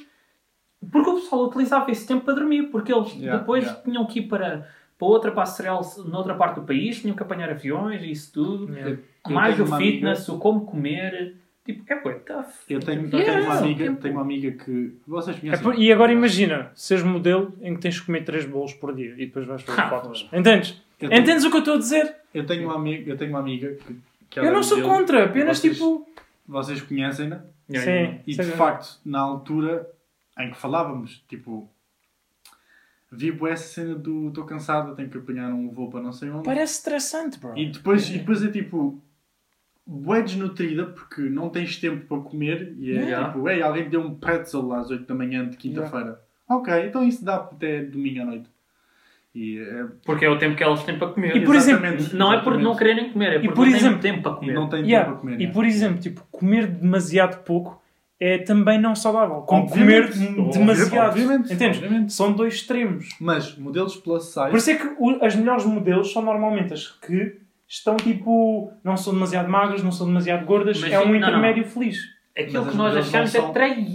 [SPEAKER 3] Porque o pessoal utilizava esse tempo para dormir, porque eles
[SPEAKER 1] Yeah,
[SPEAKER 3] depois
[SPEAKER 1] yeah.
[SPEAKER 3] tinham que ir para, para outra passarela noutra parte do país, tinham que apanhar aviões e isso tudo.
[SPEAKER 2] Yeah.
[SPEAKER 1] Eu
[SPEAKER 3] Mais
[SPEAKER 1] tenho
[SPEAKER 3] o
[SPEAKER 1] uma
[SPEAKER 3] fitness, o como comer, tipo, é bué tough.
[SPEAKER 1] Eu tenho, eu
[SPEAKER 3] Yeah,
[SPEAKER 1] tenho uma
[SPEAKER 3] é um
[SPEAKER 1] amiga,
[SPEAKER 3] tempo.
[SPEAKER 1] tenho uma amiga que vocês
[SPEAKER 2] É
[SPEAKER 1] conhecem.
[SPEAKER 2] por- e agora imagina, seres modelo em que tens de comer 3 bolos por dia e depois vais fazer
[SPEAKER 3] Ah,
[SPEAKER 2] fotos. Entendes?
[SPEAKER 1] Eu tenho,
[SPEAKER 2] Entendes o que eu estou a dizer?
[SPEAKER 1] eu tenho uma amiga, eu tenho uma amiga que, que ela
[SPEAKER 2] Eu não
[SPEAKER 1] é
[SPEAKER 2] sou
[SPEAKER 1] modelo.
[SPEAKER 2] contra, apenas
[SPEAKER 1] Vocês-
[SPEAKER 2] tipo.
[SPEAKER 1] Vocês conhecem-na?
[SPEAKER 2] Sim,
[SPEAKER 1] E
[SPEAKER 2] sei
[SPEAKER 1] de
[SPEAKER 2] que-
[SPEAKER 1] facto, na altura em que falávamos, tipo, vi bué essa cena do estou cansado, tenho que apanhar um voo para não sei onde.
[SPEAKER 2] Parece estressante, bro.
[SPEAKER 1] E depois, e depois é tipo, bué desnutrida porque não tens tempo para comer e é
[SPEAKER 3] Yeah.
[SPEAKER 1] tipo, ei, alguém deu um pretzel às 8 da manhã de quinta-feira. Ok, então isso dá até domingo à noite. E é,
[SPEAKER 3] Porque é o tempo que elas têm para comer.
[SPEAKER 2] E por exemplo,
[SPEAKER 1] exatamente,
[SPEAKER 3] Não é por
[SPEAKER 1] exatamente.
[SPEAKER 3] não quererem comer, é
[SPEAKER 2] E
[SPEAKER 3] porque
[SPEAKER 2] por
[SPEAKER 3] não
[SPEAKER 2] exemplo-
[SPEAKER 3] têm tempo para
[SPEAKER 1] E
[SPEAKER 3] comer.
[SPEAKER 1] não tem
[SPEAKER 2] Yeah.
[SPEAKER 1] tempo para comer.
[SPEAKER 2] E
[SPEAKER 1] né?
[SPEAKER 2] por exemplo, tipo, comer demasiado pouco é também não saudável. Como
[SPEAKER 1] Obviamente.
[SPEAKER 2] comer
[SPEAKER 1] Obviamente,
[SPEAKER 2] demasiado.
[SPEAKER 1] obviamente,
[SPEAKER 2] Entendes?
[SPEAKER 1] obviamente.
[SPEAKER 2] São dois extremos.
[SPEAKER 1] Mas modelos plus size.
[SPEAKER 2] Por isso é que o- as melhores modelos são normalmente as que estão tipo. não são demasiado magras, não são demasiado gordas,
[SPEAKER 3] Mas
[SPEAKER 2] é
[SPEAKER 3] sim,
[SPEAKER 2] um
[SPEAKER 3] não, não.
[SPEAKER 2] intermédio feliz.
[SPEAKER 1] Mas
[SPEAKER 3] Aquilo que
[SPEAKER 1] as
[SPEAKER 3] nós
[SPEAKER 1] mulheres não
[SPEAKER 3] achamos é
[SPEAKER 1] são-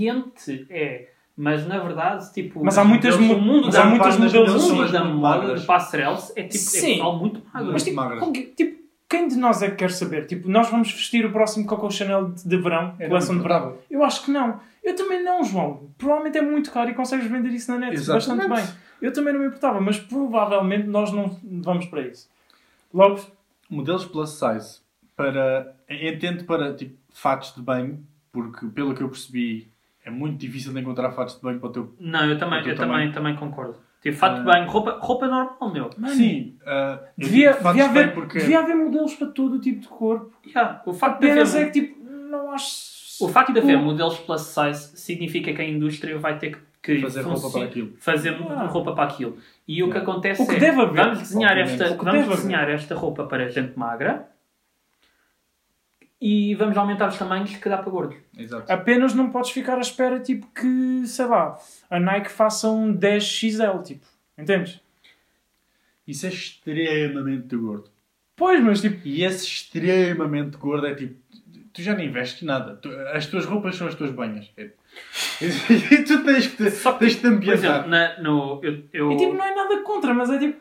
[SPEAKER 3] atraente é. Mas na verdade, tipo.
[SPEAKER 2] Mas há muitas
[SPEAKER 3] modelos-
[SPEAKER 2] mo-
[SPEAKER 3] o mundo
[SPEAKER 2] mas
[SPEAKER 3] da,
[SPEAKER 2] há muitas
[SPEAKER 3] o mundo
[SPEAKER 2] modelos
[SPEAKER 1] que são
[SPEAKER 3] da,
[SPEAKER 1] mais muito
[SPEAKER 3] moda,
[SPEAKER 1] magras.
[SPEAKER 3] de passarelas, é tipo. É
[SPEAKER 2] Sim.
[SPEAKER 3] pessoal muito magro.
[SPEAKER 2] Mas tipo,
[SPEAKER 1] magras.
[SPEAKER 2] como que- tipo, quem de nós é que quer saber? Tipo, nós vamos vestir o próximo Coco Chanel de, de verão,
[SPEAKER 1] É,
[SPEAKER 2] coleção de
[SPEAKER 1] não,
[SPEAKER 2] verão? Eu acho que não. Eu também não, João. Provavelmente é muito caro e consegues vender isso na net
[SPEAKER 1] Exatamente.
[SPEAKER 2] bastante bem. Eu também não me importava, mas provavelmente nós não vamos para isso. Logo,
[SPEAKER 1] Modelos plus size. Para, entendo para tipo, fatos de banho, porque pelo que eu percebi é muito difícil de encontrar fatos de banho para o teu.
[SPEAKER 3] Não, eu também,
[SPEAKER 1] Eu
[SPEAKER 3] eu
[SPEAKER 1] também.
[SPEAKER 3] também, também concordo. Tipo, fato de
[SPEAKER 1] Ah.
[SPEAKER 3] banho, roupa, roupa normal, meu.
[SPEAKER 2] Mano,
[SPEAKER 1] Sim, ah, eu
[SPEAKER 2] devia,
[SPEAKER 1] digo fatos
[SPEAKER 2] devia,
[SPEAKER 1] de banho
[SPEAKER 2] haver, devia haver modelos para todo o tipo de corpo.
[SPEAKER 3] Yeah, O facto de
[SPEAKER 2] Apenas é
[SPEAKER 3] haver.
[SPEAKER 2] que, tipo, não acho.
[SPEAKER 3] O facto de haver
[SPEAKER 2] Pô,
[SPEAKER 3] modelos plus size significa que a indústria vai ter que. que
[SPEAKER 1] fazer roupa
[SPEAKER 3] funci-
[SPEAKER 1] para aquilo.
[SPEAKER 3] fazer
[SPEAKER 2] Ah.
[SPEAKER 3] roupa para aquilo. E o que
[SPEAKER 1] Yeah.
[SPEAKER 3] acontece
[SPEAKER 2] O que
[SPEAKER 3] é,
[SPEAKER 2] deve haver,
[SPEAKER 3] vamos desenhar,
[SPEAKER 1] obviamente.
[SPEAKER 3] esta,
[SPEAKER 2] O que
[SPEAKER 3] vamos
[SPEAKER 2] deve
[SPEAKER 3] desenhar esta roupa para gente magra e vamos aumentar os tamanhos que dá para gordos.
[SPEAKER 1] Exato.
[SPEAKER 2] Apenas não podes ficar à espera, tipo, que, sei lá, a Nike faça um 10XL, tipo. Entendes?
[SPEAKER 1] Isso é extremamente gordo.
[SPEAKER 2] Pois, mas tipo,
[SPEAKER 1] E esse extremamente gordo é tipo. Tu já não investes nada. Tu- as tuas roupas são as tuas banhas. É- E tu tens que te,
[SPEAKER 3] Só que,
[SPEAKER 1] tens que te
[SPEAKER 3] Por exemplo,
[SPEAKER 1] ambientar.
[SPEAKER 3] na- no, eu, eu,
[SPEAKER 2] e, tipo, não é nada contra, mas é tipo,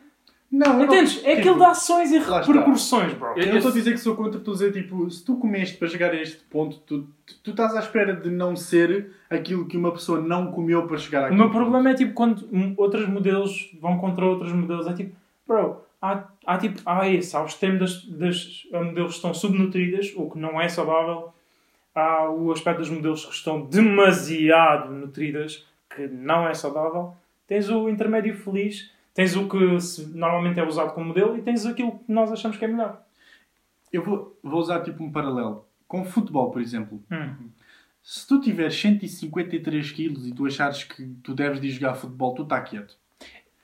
[SPEAKER 1] Não, eu não-
[SPEAKER 2] entendes? É
[SPEAKER 1] tipo,
[SPEAKER 2] aquilo de ações e
[SPEAKER 1] lá está.
[SPEAKER 2] repercussões, bro.
[SPEAKER 1] Eu não estou a dizer que sou contra, estou a dizer tipo, se tu comeste para chegar a este ponto, tu, tu, tu estás à espera de não ser aquilo que uma pessoa não comeu para chegar
[SPEAKER 2] O
[SPEAKER 1] àquele
[SPEAKER 2] meu
[SPEAKER 1] ponto.
[SPEAKER 2] problema é tipo quando hum, outros modelos vão contra outros modelos. É tipo, bro, há, há tipo, há esse, há o extremo das, das há modelos que estão subnutridas, o que não é saudável. Há o aspecto dos modelos que estão demasiado nutridas, que não é saudável. Tens o intermédio feliz, tens o que se- normalmente é usado como modelo e tens aquilo que nós achamos que é melhor.
[SPEAKER 1] Eu vou, vou usar tipo um paralelo. Com futebol, por exemplo.
[SPEAKER 2] Hum.
[SPEAKER 1] Se tu tiveres 153 quilos e tu achares que tu deves de jogar futebol, tu está quieto.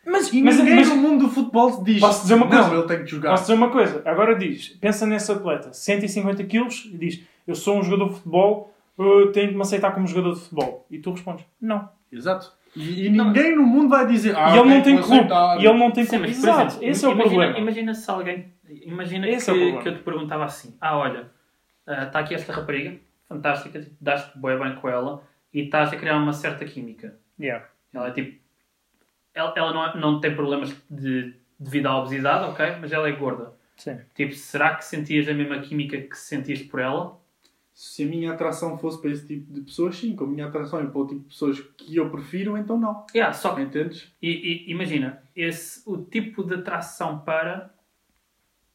[SPEAKER 2] Mas,
[SPEAKER 1] E
[SPEAKER 2] mas,
[SPEAKER 1] ninguém
[SPEAKER 2] mas,
[SPEAKER 1] no mundo do futebol te diz
[SPEAKER 2] Posso dizer uma coisa?
[SPEAKER 1] Não, ele tem que jogar.
[SPEAKER 2] Posso dizer uma coisa? Agora diz, pensa nesse atleta, 150 quilos, e diz, eu sou um jogador de futebol, eh, tenho de me aceitar como jogador de futebol. E tu respondes, não.
[SPEAKER 1] Exato. E, e ninguém no mundo vai dizer ah,
[SPEAKER 2] e ele não
[SPEAKER 1] ok,
[SPEAKER 2] tem
[SPEAKER 1] vou
[SPEAKER 2] clube.
[SPEAKER 1] aceitar.
[SPEAKER 2] E ele não tem
[SPEAKER 3] Sim,
[SPEAKER 2] clube.
[SPEAKER 3] mas, por
[SPEAKER 2] Exato,
[SPEAKER 3] exemplo,
[SPEAKER 2] esse é o
[SPEAKER 3] imagina,
[SPEAKER 2] problema.
[SPEAKER 3] Imagina se alguém. Imagina
[SPEAKER 2] Esse
[SPEAKER 3] que,
[SPEAKER 2] é o problema.
[SPEAKER 3] que eu te perguntava assim: ah, olha, está aqui esta rapariga, fantástica, tipo, dás-te bem, bem com ela e estás a criar uma certa química.
[SPEAKER 2] Yeah.
[SPEAKER 3] Ela é tipo. Ela, ela não, é- não tem problemas de, devido à obesidade, ok? Mas ela é gorda.
[SPEAKER 2] Sim.
[SPEAKER 3] Tipo, será que sentias a mesma química que sentias por ela?
[SPEAKER 1] Se a minha atração fosse para esse tipo de pessoas, sim. Como a minha atração é para o tipo de pessoas que eu prefiro, então não.
[SPEAKER 3] Yeah, só que,
[SPEAKER 1] Entendes?
[SPEAKER 3] e, e- imagina, esse, o tipo de atração para.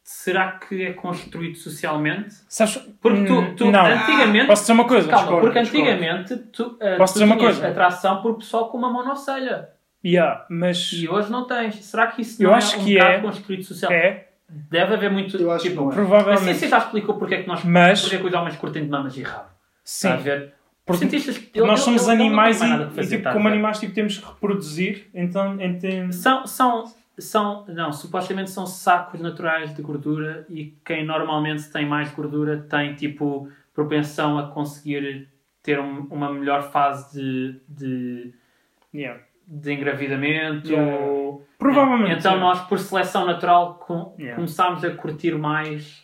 [SPEAKER 3] Será que é construído socialmente?
[SPEAKER 2] Sabes,
[SPEAKER 3] Porque tu,
[SPEAKER 2] hum,
[SPEAKER 3] tu
[SPEAKER 2] não.
[SPEAKER 3] antigamente.
[SPEAKER 2] Posso dizer uma coisa?
[SPEAKER 3] Calma,
[SPEAKER 1] discordo,
[SPEAKER 3] porque
[SPEAKER 1] discordo.
[SPEAKER 3] antigamente tu, eh,
[SPEAKER 2] Posso
[SPEAKER 3] tu
[SPEAKER 2] dizer uma
[SPEAKER 3] tinhas
[SPEAKER 2] coisa?
[SPEAKER 3] atração por pessoal com uma monocelha.
[SPEAKER 2] Yeah, mas
[SPEAKER 3] E hoje não tens. Será que isso
[SPEAKER 2] Eu
[SPEAKER 3] não é
[SPEAKER 2] acho
[SPEAKER 3] um
[SPEAKER 2] que
[SPEAKER 3] bocado
[SPEAKER 2] é.
[SPEAKER 3] com espírito social?
[SPEAKER 2] é,
[SPEAKER 3] Deve haver muito.
[SPEAKER 1] Eu acho que
[SPEAKER 3] tipo,
[SPEAKER 1] não é.
[SPEAKER 3] a
[SPEAKER 2] provavelmente.
[SPEAKER 3] ciência já explicou porque é que nós
[SPEAKER 2] Mas-
[SPEAKER 3] porque é que os homens curtem de mamas e rabo.
[SPEAKER 2] Sim,
[SPEAKER 3] Estás a ver?
[SPEAKER 2] porque
[SPEAKER 3] Cientistas- ele-
[SPEAKER 2] nós
[SPEAKER 3] ele-
[SPEAKER 2] somos
[SPEAKER 3] ele não tem
[SPEAKER 2] animais
[SPEAKER 3] mais
[SPEAKER 2] e,
[SPEAKER 3] nada que fazer,
[SPEAKER 2] e, tipo,
[SPEAKER 3] estás a
[SPEAKER 2] como
[SPEAKER 3] ver?
[SPEAKER 2] animais tipo, temos que reproduzir, então entende.
[SPEAKER 3] São, são, são, não, supostamente são sacos naturais de gordura e quem normalmente tem mais gordura tem tipo propensão a conseguir ter um- uma melhor fase de, de,
[SPEAKER 2] Yeah.
[SPEAKER 3] de engravidamento.
[SPEAKER 2] Yeah. Provavelmente.
[SPEAKER 3] Então
[SPEAKER 2] sim.
[SPEAKER 3] nós, por seleção natural, com-
[SPEAKER 2] Yeah.
[SPEAKER 3] começámos a curtir mais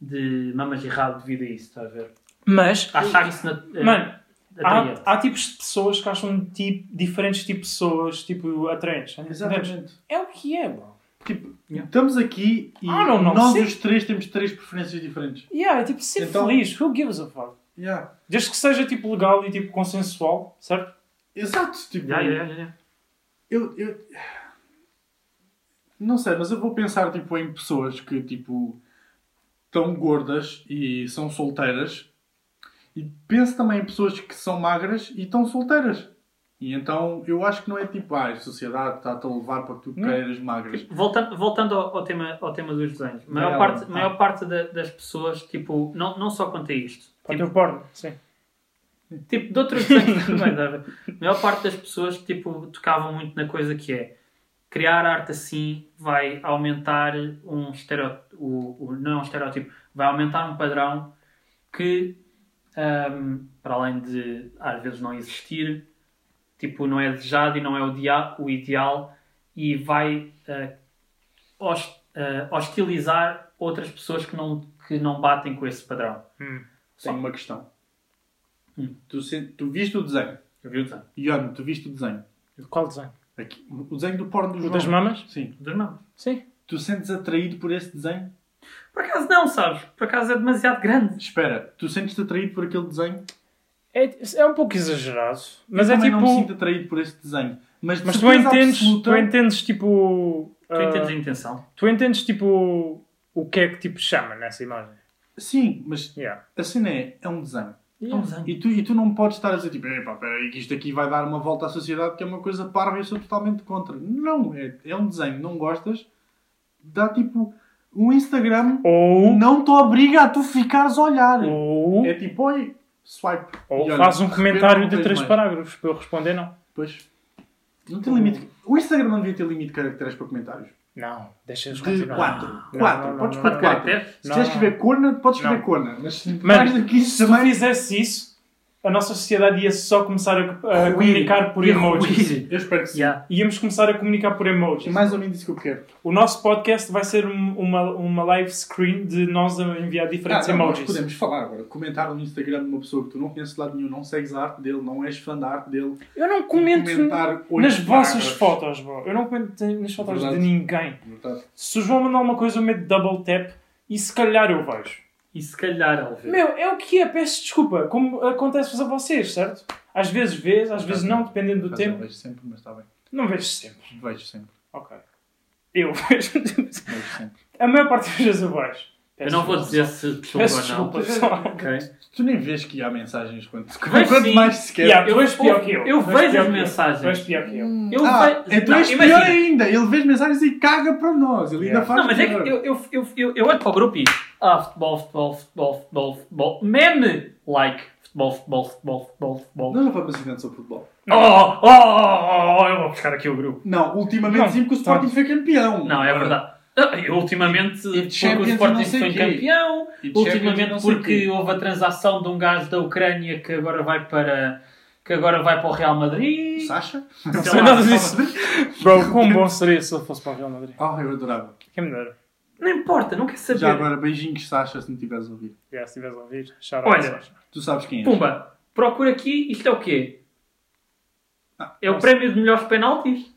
[SPEAKER 3] de mamas e rabo devido a isso, estás a ver?
[SPEAKER 2] Mas,
[SPEAKER 3] A Achar isso eh, na,
[SPEAKER 2] mano,
[SPEAKER 3] atraente.
[SPEAKER 2] há, há tipos de pessoas que acham tipo, diferentes tipos de pessoas tipo, atraentes. né?
[SPEAKER 1] Exatamente.
[SPEAKER 2] É o que é, bro.
[SPEAKER 1] Tipo, estamos aqui e
[SPEAKER 2] Ah, não, não,
[SPEAKER 1] nós
[SPEAKER 2] sim.
[SPEAKER 1] os três temos três preferências diferentes.
[SPEAKER 2] Yeah, é tipo, ser
[SPEAKER 1] Então-
[SPEAKER 2] feliz. Who gives a fuck?
[SPEAKER 1] Yeah.
[SPEAKER 2] Desde que seja tipo legal e tipo consensual, certo?
[SPEAKER 1] Exato. Tipo,
[SPEAKER 3] Yeah, yeah, yeah, yeah.
[SPEAKER 1] Eu, eu... Não sei, mas eu vou pensar tipo, em pessoas que tipo tão gordas e são solteiras. E penso também em pessoas que são magras e estão solteiras. E então eu acho que não é tipo, ah, a sociedade está-te a levar para que tu queiras magras.
[SPEAKER 3] Voltando, voltando ao, ao tema, ao tema dos desenhos, maior
[SPEAKER 1] Vai lá,
[SPEAKER 3] parte,
[SPEAKER 1] tá.
[SPEAKER 3] maior parte da- das pessoas, tipo, não, não só quanto a isto,
[SPEAKER 2] Para
[SPEAKER 3] tipo,
[SPEAKER 2] o teu porno, sim.
[SPEAKER 3] tipo, de outros desenhos também, dá a ver? a maior parte das pessoas, tipo, tocavam muito na coisa que é criar arte assim vai aumentar um estereótipo, o, o- não é um estereótipo, vai aumentar um padrão que, ahm, para além de às vezes não existir, tipo, não é desejado e não é o, dia- o ideal e vai ah, hos- ah, hostilizar outras pessoas que não, que não batem com esse padrão.
[SPEAKER 1] Hum. Tenho uma questão.
[SPEAKER 3] Hum.
[SPEAKER 1] Tu, sen- tu viste o desenho?
[SPEAKER 3] Viu, Zé?
[SPEAKER 1] Ione, tu viste o desenho?
[SPEAKER 2] Qual desenho?
[SPEAKER 1] Aqui, o desenho do porno do
[SPEAKER 2] O
[SPEAKER 1] João.
[SPEAKER 2] das mamas?
[SPEAKER 1] Sim.
[SPEAKER 3] Dos irmãos.
[SPEAKER 2] Sim.
[SPEAKER 1] Tu sentes atraído por esse desenho?
[SPEAKER 3] Por acaso não, sabes? Por acaso é demasiado grande.
[SPEAKER 1] Espera, tu sentes-te atraído por aquele desenho?
[SPEAKER 2] É, é um pouco exagerado, mas
[SPEAKER 1] eu
[SPEAKER 2] é
[SPEAKER 1] também
[SPEAKER 2] tipo.
[SPEAKER 1] não me sinto atraído por esse desenho. Mas, de
[SPEAKER 2] Mas tu
[SPEAKER 1] certeza
[SPEAKER 2] entendes,
[SPEAKER 1] absoluta-
[SPEAKER 2] tu entendes tipo.
[SPEAKER 3] Tu entendes a
[SPEAKER 2] ah,
[SPEAKER 3] intenção.
[SPEAKER 2] tu entendes tipo. O que é que tipo chama nessa imagem?
[SPEAKER 1] Sim, mas
[SPEAKER 2] Yeah.
[SPEAKER 1] a cena é, é um desenho.
[SPEAKER 3] É um desenho.
[SPEAKER 1] E tu, e tu não podes estar a dizer tipo, epá, peraí, que isto aqui vai dar uma volta à sociedade que é uma coisa parva e eu sou totalmente contra. Não, é, é um desenho, não gostas, dá tipo, o Instagram
[SPEAKER 2] Ou,
[SPEAKER 1] não te obriga a tu ficares a olhar.
[SPEAKER 2] ou,
[SPEAKER 1] É tipo, oi, swipe.
[SPEAKER 2] Uhum. ou
[SPEAKER 1] E olha,
[SPEAKER 2] faz um
[SPEAKER 1] de repente
[SPEAKER 2] comentário
[SPEAKER 1] não
[SPEAKER 2] de
[SPEAKER 1] tens
[SPEAKER 2] três
[SPEAKER 1] mais.
[SPEAKER 2] parágrafos para eu responder, não.
[SPEAKER 1] Pois. Não tem limite. O Instagram não devia ter limite de caracteres para comentários.
[SPEAKER 2] Não, deixa-nos
[SPEAKER 1] De
[SPEAKER 2] continuar.
[SPEAKER 1] 4.
[SPEAKER 2] Não,
[SPEAKER 1] 4.
[SPEAKER 2] não,
[SPEAKER 1] Podes
[SPEAKER 2] não,
[SPEAKER 1] pôr
[SPEAKER 3] não.
[SPEAKER 1] 4.
[SPEAKER 3] Caracteres?
[SPEAKER 1] Se
[SPEAKER 2] Não,
[SPEAKER 1] quiseres
[SPEAKER 2] não.
[SPEAKER 1] escrever corna, podes escrever
[SPEAKER 2] Não.
[SPEAKER 1] corna. Mas mais
[SPEAKER 2] Mano,
[SPEAKER 1] do que isso
[SPEAKER 2] se tu
[SPEAKER 1] também.
[SPEAKER 2] fizesse isso, a nossa sociedade ia só começar a,
[SPEAKER 1] Ruir.
[SPEAKER 2] a uh, comunicar por
[SPEAKER 1] Ia
[SPEAKER 2] emojis.
[SPEAKER 1] ruir. um Eu espero que sim.
[SPEAKER 3] Yeah.
[SPEAKER 2] Íamos começar a comunicar por
[SPEAKER 1] É
[SPEAKER 2] emojis.
[SPEAKER 1] mais ou menos isso que eu quero.
[SPEAKER 2] O nosso podcast vai ser um- uma, uma live screen de nós a enviar diferentes
[SPEAKER 1] Ah, não, nós
[SPEAKER 2] emojis.
[SPEAKER 1] podemos falar agora. Comentar no Instagram de uma pessoa que tu não conheces de lado nenhum, não segues a arte dele, não és fã da arte dele.
[SPEAKER 2] Eu não comento
[SPEAKER 1] Comentar oito
[SPEAKER 2] nas vossas
[SPEAKER 1] parágrafos.
[SPEAKER 2] fotos, bro. Eu não comento nas fotos
[SPEAKER 1] Verdade.
[SPEAKER 2] de ninguém.
[SPEAKER 1] Verdade.
[SPEAKER 2] Se o João mandar uma coisa, eu meto double tap e se calhar eu vejo.
[SPEAKER 3] E se calhar, Alves.
[SPEAKER 2] Meu, é o que é, peço desculpa, como acontece a vocês, certo? Às vezes vês, às vezes não, dependendo do
[SPEAKER 1] Mas eu
[SPEAKER 2] tempo.
[SPEAKER 1] vejo sempre, mas está bem.
[SPEAKER 2] Não vejo sempre.
[SPEAKER 1] Vejo sempre.
[SPEAKER 2] Ok. Eu vejo.
[SPEAKER 1] Vejo sempre.
[SPEAKER 2] A maior parte das vezes eu vejo.
[SPEAKER 3] Eu não vou
[SPEAKER 2] Peço
[SPEAKER 3] dizer
[SPEAKER 1] é
[SPEAKER 3] se desculpa
[SPEAKER 2] Peço
[SPEAKER 3] ou não.
[SPEAKER 2] desculpa, pessoal.
[SPEAKER 3] Ok.
[SPEAKER 1] Tu nem vês que há mensagens quando,
[SPEAKER 3] Vejo
[SPEAKER 1] quanto
[SPEAKER 3] sim.
[SPEAKER 1] mais se quer.
[SPEAKER 2] Yeah, tu
[SPEAKER 3] Eu-
[SPEAKER 2] vês pior que eu.
[SPEAKER 3] eu
[SPEAKER 2] Tu
[SPEAKER 3] vejo
[SPEAKER 2] és pior
[SPEAKER 3] as
[SPEAKER 2] que eu.
[SPEAKER 3] mensagens.
[SPEAKER 2] Tu és pior que eu.
[SPEAKER 3] Eu
[SPEAKER 1] ah,
[SPEAKER 3] vejo-
[SPEAKER 1] então
[SPEAKER 3] não,
[SPEAKER 1] és pior
[SPEAKER 3] imagina.
[SPEAKER 1] ainda. Ele vê as mensagens e caga para nós. Ele ainda
[SPEAKER 2] Yeah.
[SPEAKER 1] faz
[SPEAKER 3] Não, mas é que
[SPEAKER 1] pior.
[SPEAKER 3] eu, eu, eu, eu, eu olho para o grupo e. Ah, futebol, futebol, futebol, futebol, futebol. Meme! Like. Futebol, futebol, futebol, futebol, futebol.
[SPEAKER 1] Nós não vamos ensinando sobre futebol.
[SPEAKER 3] Oh, oh, oh, oh, eu vou buscar aqui o grupo.
[SPEAKER 1] Não, ultimamente
[SPEAKER 2] Não,
[SPEAKER 1] sempre que o Sporting foi campeão.
[SPEAKER 3] Não, é verdade. Ah, eu, ultimamente, porque o
[SPEAKER 1] Champions e não
[SPEAKER 3] Sporting
[SPEAKER 1] sei
[SPEAKER 3] foi
[SPEAKER 1] quê.
[SPEAKER 3] campeão,
[SPEAKER 1] E Champions e não
[SPEAKER 3] ultimamente
[SPEAKER 1] sei
[SPEAKER 3] porque
[SPEAKER 1] quê.
[SPEAKER 3] houve a transação de um gajo da Ucrânia que agora vai para que agora vai para o Real Madrid.
[SPEAKER 1] Sacha?
[SPEAKER 2] Não
[SPEAKER 3] Sei
[SPEAKER 2] sei
[SPEAKER 3] lá,
[SPEAKER 2] nada disso. Bro, quão bom seria se ele fosse para o Real Madrid? é
[SPEAKER 1] Oh, eu adorava.
[SPEAKER 2] Quem me dera.
[SPEAKER 3] Não importa, não quer saber.
[SPEAKER 1] Já agora, beijinhos, Sacha, se me tiveres a ouvir.
[SPEAKER 2] Yeah, se estiveres a ouvir, shout
[SPEAKER 3] Olha.
[SPEAKER 2] out.
[SPEAKER 1] Tu sabes quem é.
[SPEAKER 3] Pumba, procura aqui, isto é o quê?
[SPEAKER 1] Ah,
[SPEAKER 3] É o
[SPEAKER 2] não
[SPEAKER 3] prémio de melhores penaltis?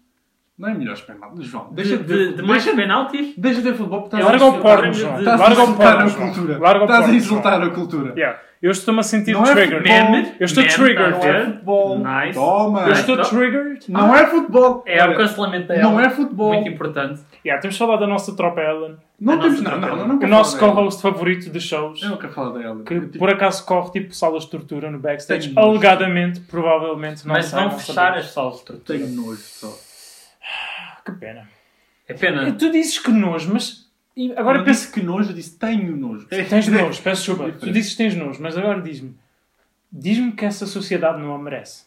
[SPEAKER 1] Não é melhores penaltis, João.
[SPEAKER 3] De,
[SPEAKER 1] Deixa de,
[SPEAKER 3] de, de mais
[SPEAKER 1] deixa,
[SPEAKER 3] penaltis?
[SPEAKER 1] deixa de ver futebol porque estás
[SPEAKER 2] Larga
[SPEAKER 1] a
[SPEAKER 2] o
[SPEAKER 1] insultar,
[SPEAKER 2] porno,
[SPEAKER 3] de-
[SPEAKER 2] João.
[SPEAKER 3] de-
[SPEAKER 1] estás a
[SPEAKER 2] Larga o
[SPEAKER 1] insultar
[SPEAKER 2] porno,
[SPEAKER 1] a
[SPEAKER 2] João.
[SPEAKER 1] cultura.
[SPEAKER 2] Larga o
[SPEAKER 1] Estás a
[SPEAKER 2] porno,
[SPEAKER 1] insultar
[SPEAKER 2] João.
[SPEAKER 1] a cultura.
[SPEAKER 3] É?
[SPEAKER 2] Yeah. Eu estou-me a sentir
[SPEAKER 1] Não é
[SPEAKER 2] triggered.
[SPEAKER 1] futebol.
[SPEAKER 3] Man,
[SPEAKER 2] Eu estou
[SPEAKER 3] man,
[SPEAKER 2] triggered.
[SPEAKER 1] Não
[SPEAKER 3] tá a
[SPEAKER 1] é
[SPEAKER 3] ver?
[SPEAKER 1] futebol.
[SPEAKER 3] Nice.
[SPEAKER 1] Toma.
[SPEAKER 2] Eu estou
[SPEAKER 3] Ah, então-
[SPEAKER 2] triggered.
[SPEAKER 1] Não é futebol.
[SPEAKER 3] É o
[SPEAKER 1] Olha,
[SPEAKER 3] cancelamento da Ellen.
[SPEAKER 1] Não é futebol.
[SPEAKER 3] Muito importante.
[SPEAKER 2] Yeah, temos de falar da nossa tropa Ellen.
[SPEAKER 1] Ah, Não
[SPEAKER 3] A
[SPEAKER 1] temos
[SPEAKER 3] nossa
[SPEAKER 1] não, não,
[SPEAKER 3] tropa.
[SPEAKER 1] não, não
[SPEAKER 2] O
[SPEAKER 1] quero
[SPEAKER 2] nosso
[SPEAKER 1] falar dela.
[SPEAKER 2] co-host favorito de shows.
[SPEAKER 1] Eu nunca falo dela.
[SPEAKER 2] Que
[SPEAKER 1] Eu, tipo,
[SPEAKER 2] por acaso corre tipo salas de tortura no backstage.
[SPEAKER 1] Tenho nojo.
[SPEAKER 2] Alegadamente, provavelmente não
[SPEAKER 3] Mas
[SPEAKER 2] sei,
[SPEAKER 3] vão
[SPEAKER 2] não
[SPEAKER 3] fechar é
[SPEAKER 2] sabemos.
[SPEAKER 3] as salas de tortura.
[SPEAKER 1] Tenho nojo só.
[SPEAKER 2] Ah, Que pena.
[SPEAKER 3] É
[SPEAKER 1] Ah.
[SPEAKER 3] pena.
[SPEAKER 2] Tu dizes que nojo, mas e agora
[SPEAKER 1] eu
[SPEAKER 2] pensa.
[SPEAKER 1] disse que nojo, eu disse tenho nojo.
[SPEAKER 2] Tens nojo, peço desculpa.
[SPEAKER 1] Diferente.
[SPEAKER 2] Tu dizes que tens nojo, mas agora diz-me. Diz-me que essa sociedade não a merece.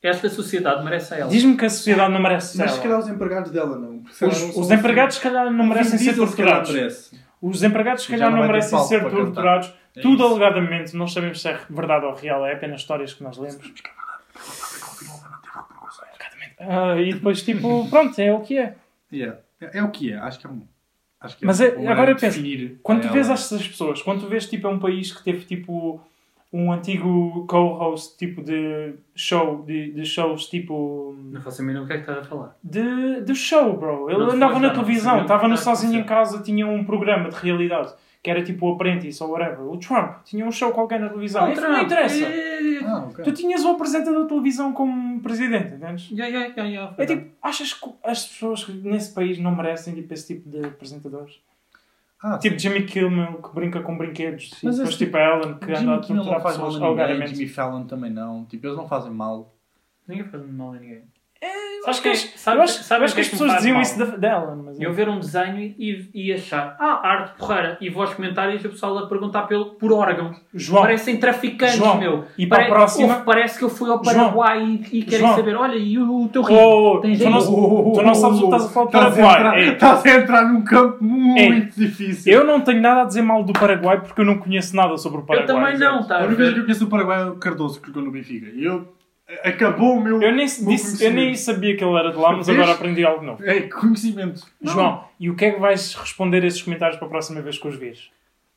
[SPEAKER 3] Esta sociedade merece a Ellen.
[SPEAKER 2] Diz-me que a sociedade não merece
[SPEAKER 4] Mas se
[SPEAKER 2] ela.
[SPEAKER 4] calhar os empregados dela não. porque se ela não
[SPEAKER 2] Os, os
[SPEAKER 1] assim.
[SPEAKER 4] são
[SPEAKER 2] empregados, se calhar, não merecem ser torturados. Os empregados, se
[SPEAKER 1] Já
[SPEAKER 2] calhar,
[SPEAKER 1] não
[SPEAKER 2] não
[SPEAKER 1] vai ter
[SPEAKER 2] merecem
[SPEAKER 1] palco
[SPEAKER 2] ser
[SPEAKER 1] para cantar.
[SPEAKER 2] torturados.
[SPEAKER 1] É
[SPEAKER 2] Tudo
[SPEAKER 1] isso.
[SPEAKER 2] alegadamente, não sabemos se é verdade ou real, é apenas histórias que nós lemos. Ah, e depois, tipo, pronto, é o que é.
[SPEAKER 1] Yeah. É, é o que é, acho que é um. Acho que é
[SPEAKER 2] Mas
[SPEAKER 1] um
[SPEAKER 2] é-
[SPEAKER 1] bom
[SPEAKER 2] agora
[SPEAKER 1] é
[SPEAKER 2] eu penso,
[SPEAKER 1] definir
[SPEAKER 2] Quando tu
[SPEAKER 1] ela.
[SPEAKER 2] vês estas pessoas, quando tu vês, tipo, é um país que teve, tipo, um antigo co-host, tipo, de show, de, de shows, tipo...
[SPEAKER 3] Não faço a mínima o que é que estás a falar.
[SPEAKER 2] de, de show, bro. Ele
[SPEAKER 3] Não te
[SPEAKER 2] andava
[SPEAKER 3] faz
[SPEAKER 2] na
[SPEAKER 3] nada,
[SPEAKER 2] televisão,
[SPEAKER 3] não.
[SPEAKER 2] estava no
[SPEAKER 3] Ah,
[SPEAKER 2] sozinho em
[SPEAKER 3] sim.
[SPEAKER 2] casa, tinha um programa de realidade que era tipo o Apprentice ou whatever. O Trump tinha um show qualquer na televisão. Isso não
[SPEAKER 3] Eh,
[SPEAKER 2] interessa.
[SPEAKER 3] interessa.
[SPEAKER 1] Ah, ok.
[SPEAKER 2] Tu tinhas o apresentador de televisão como presidente, entendes?
[SPEAKER 3] Yeah, yeah, yeah, yeah.
[SPEAKER 2] É tipo, achas que as pessoas nesse país não merecem tipo, esse tipo de apresentadores?
[SPEAKER 1] Ah,
[SPEAKER 2] Tipo Jimmy Kimmel que brinca com brinquedos,
[SPEAKER 1] Mas
[SPEAKER 2] e depois
[SPEAKER 1] esse
[SPEAKER 2] tipo a Ellen que anda a
[SPEAKER 1] Jimmy Kimmel não
[SPEAKER 2] torturar
[SPEAKER 1] faz
[SPEAKER 2] pessoas
[SPEAKER 1] mal a ninguém,
[SPEAKER 2] alegadamente.
[SPEAKER 1] Jimmy Fallon também não. Tipo, eles não fazem mal.
[SPEAKER 3] eh, Ninguém faz mal a ninguém.
[SPEAKER 2] Acho que, as-
[SPEAKER 3] Sabe-
[SPEAKER 2] eu acho,
[SPEAKER 3] sabe
[SPEAKER 2] eu acho
[SPEAKER 3] o
[SPEAKER 2] que
[SPEAKER 3] que
[SPEAKER 2] as
[SPEAKER 3] é que
[SPEAKER 2] pessoas
[SPEAKER 3] me faz
[SPEAKER 2] diziam
[SPEAKER 3] mal?
[SPEAKER 2] isso da, da Ellen, mas
[SPEAKER 3] Eu ver um desenho e, e achar, ah, arte porreira, e vou aos comentários e o pessoal a perguntar pelo, por órgão.
[SPEAKER 2] João,
[SPEAKER 3] Parecem traficantes,
[SPEAKER 2] João,
[SPEAKER 3] meu.
[SPEAKER 2] e para a próxima-
[SPEAKER 3] Ouve, parece que eu fui ao
[SPEAKER 2] João,
[SPEAKER 3] Paraguai e, e querem
[SPEAKER 2] João.
[SPEAKER 3] saber, olha, e o, o teu rio?
[SPEAKER 2] Oh,
[SPEAKER 3] Tens
[SPEAKER 2] tu, não,
[SPEAKER 3] aí?
[SPEAKER 2] tu não sabes o que estás a falar do
[SPEAKER 1] Estás a entrar-
[SPEAKER 2] Paraguai. Ei,
[SPEAKER 1] Estás a entrar num campo
[SPEAKER 2] Ei.
[SPEAKER 1] muito difícil.
[SPEAKER 2] eu não tenho nada a dizer mal do Paraguai porque eu não conheço nada sobre o
[SPEAKER 3] eu
[SPEAKER 2] Paraguai.
[SPEAKER 3] também
[SPEAKER 2] Zé.
[SPEAKER 3] não, tá? está
[SPEAKER 1] A
[SPEAKER 3] a
[SPEAKER 1] única coisa que
[SPEAKER 3] ver?
[SPEAKER 1] eu conheço do Paraguai é o Cardoso, que jogou no Benfica. E Eu... Acabou o meu.
[SPEAKER 2] Eu nem,
[SPEAKER 1] meu
[SPEAKER 2] disse, eu nem
[SPEAKER 1] conhecimento.
[SPEAKER 2] sabia que ele era de lá, mas
[SPEAKER 1] Vês?
[SPEAKER 2] agora aprendi algo novo.
[SPEAKER 1] É, conhecimento. Não.
[SPEAKER 2] João, e o que é que vais responder a esses comentários para a próxima vez que os vires?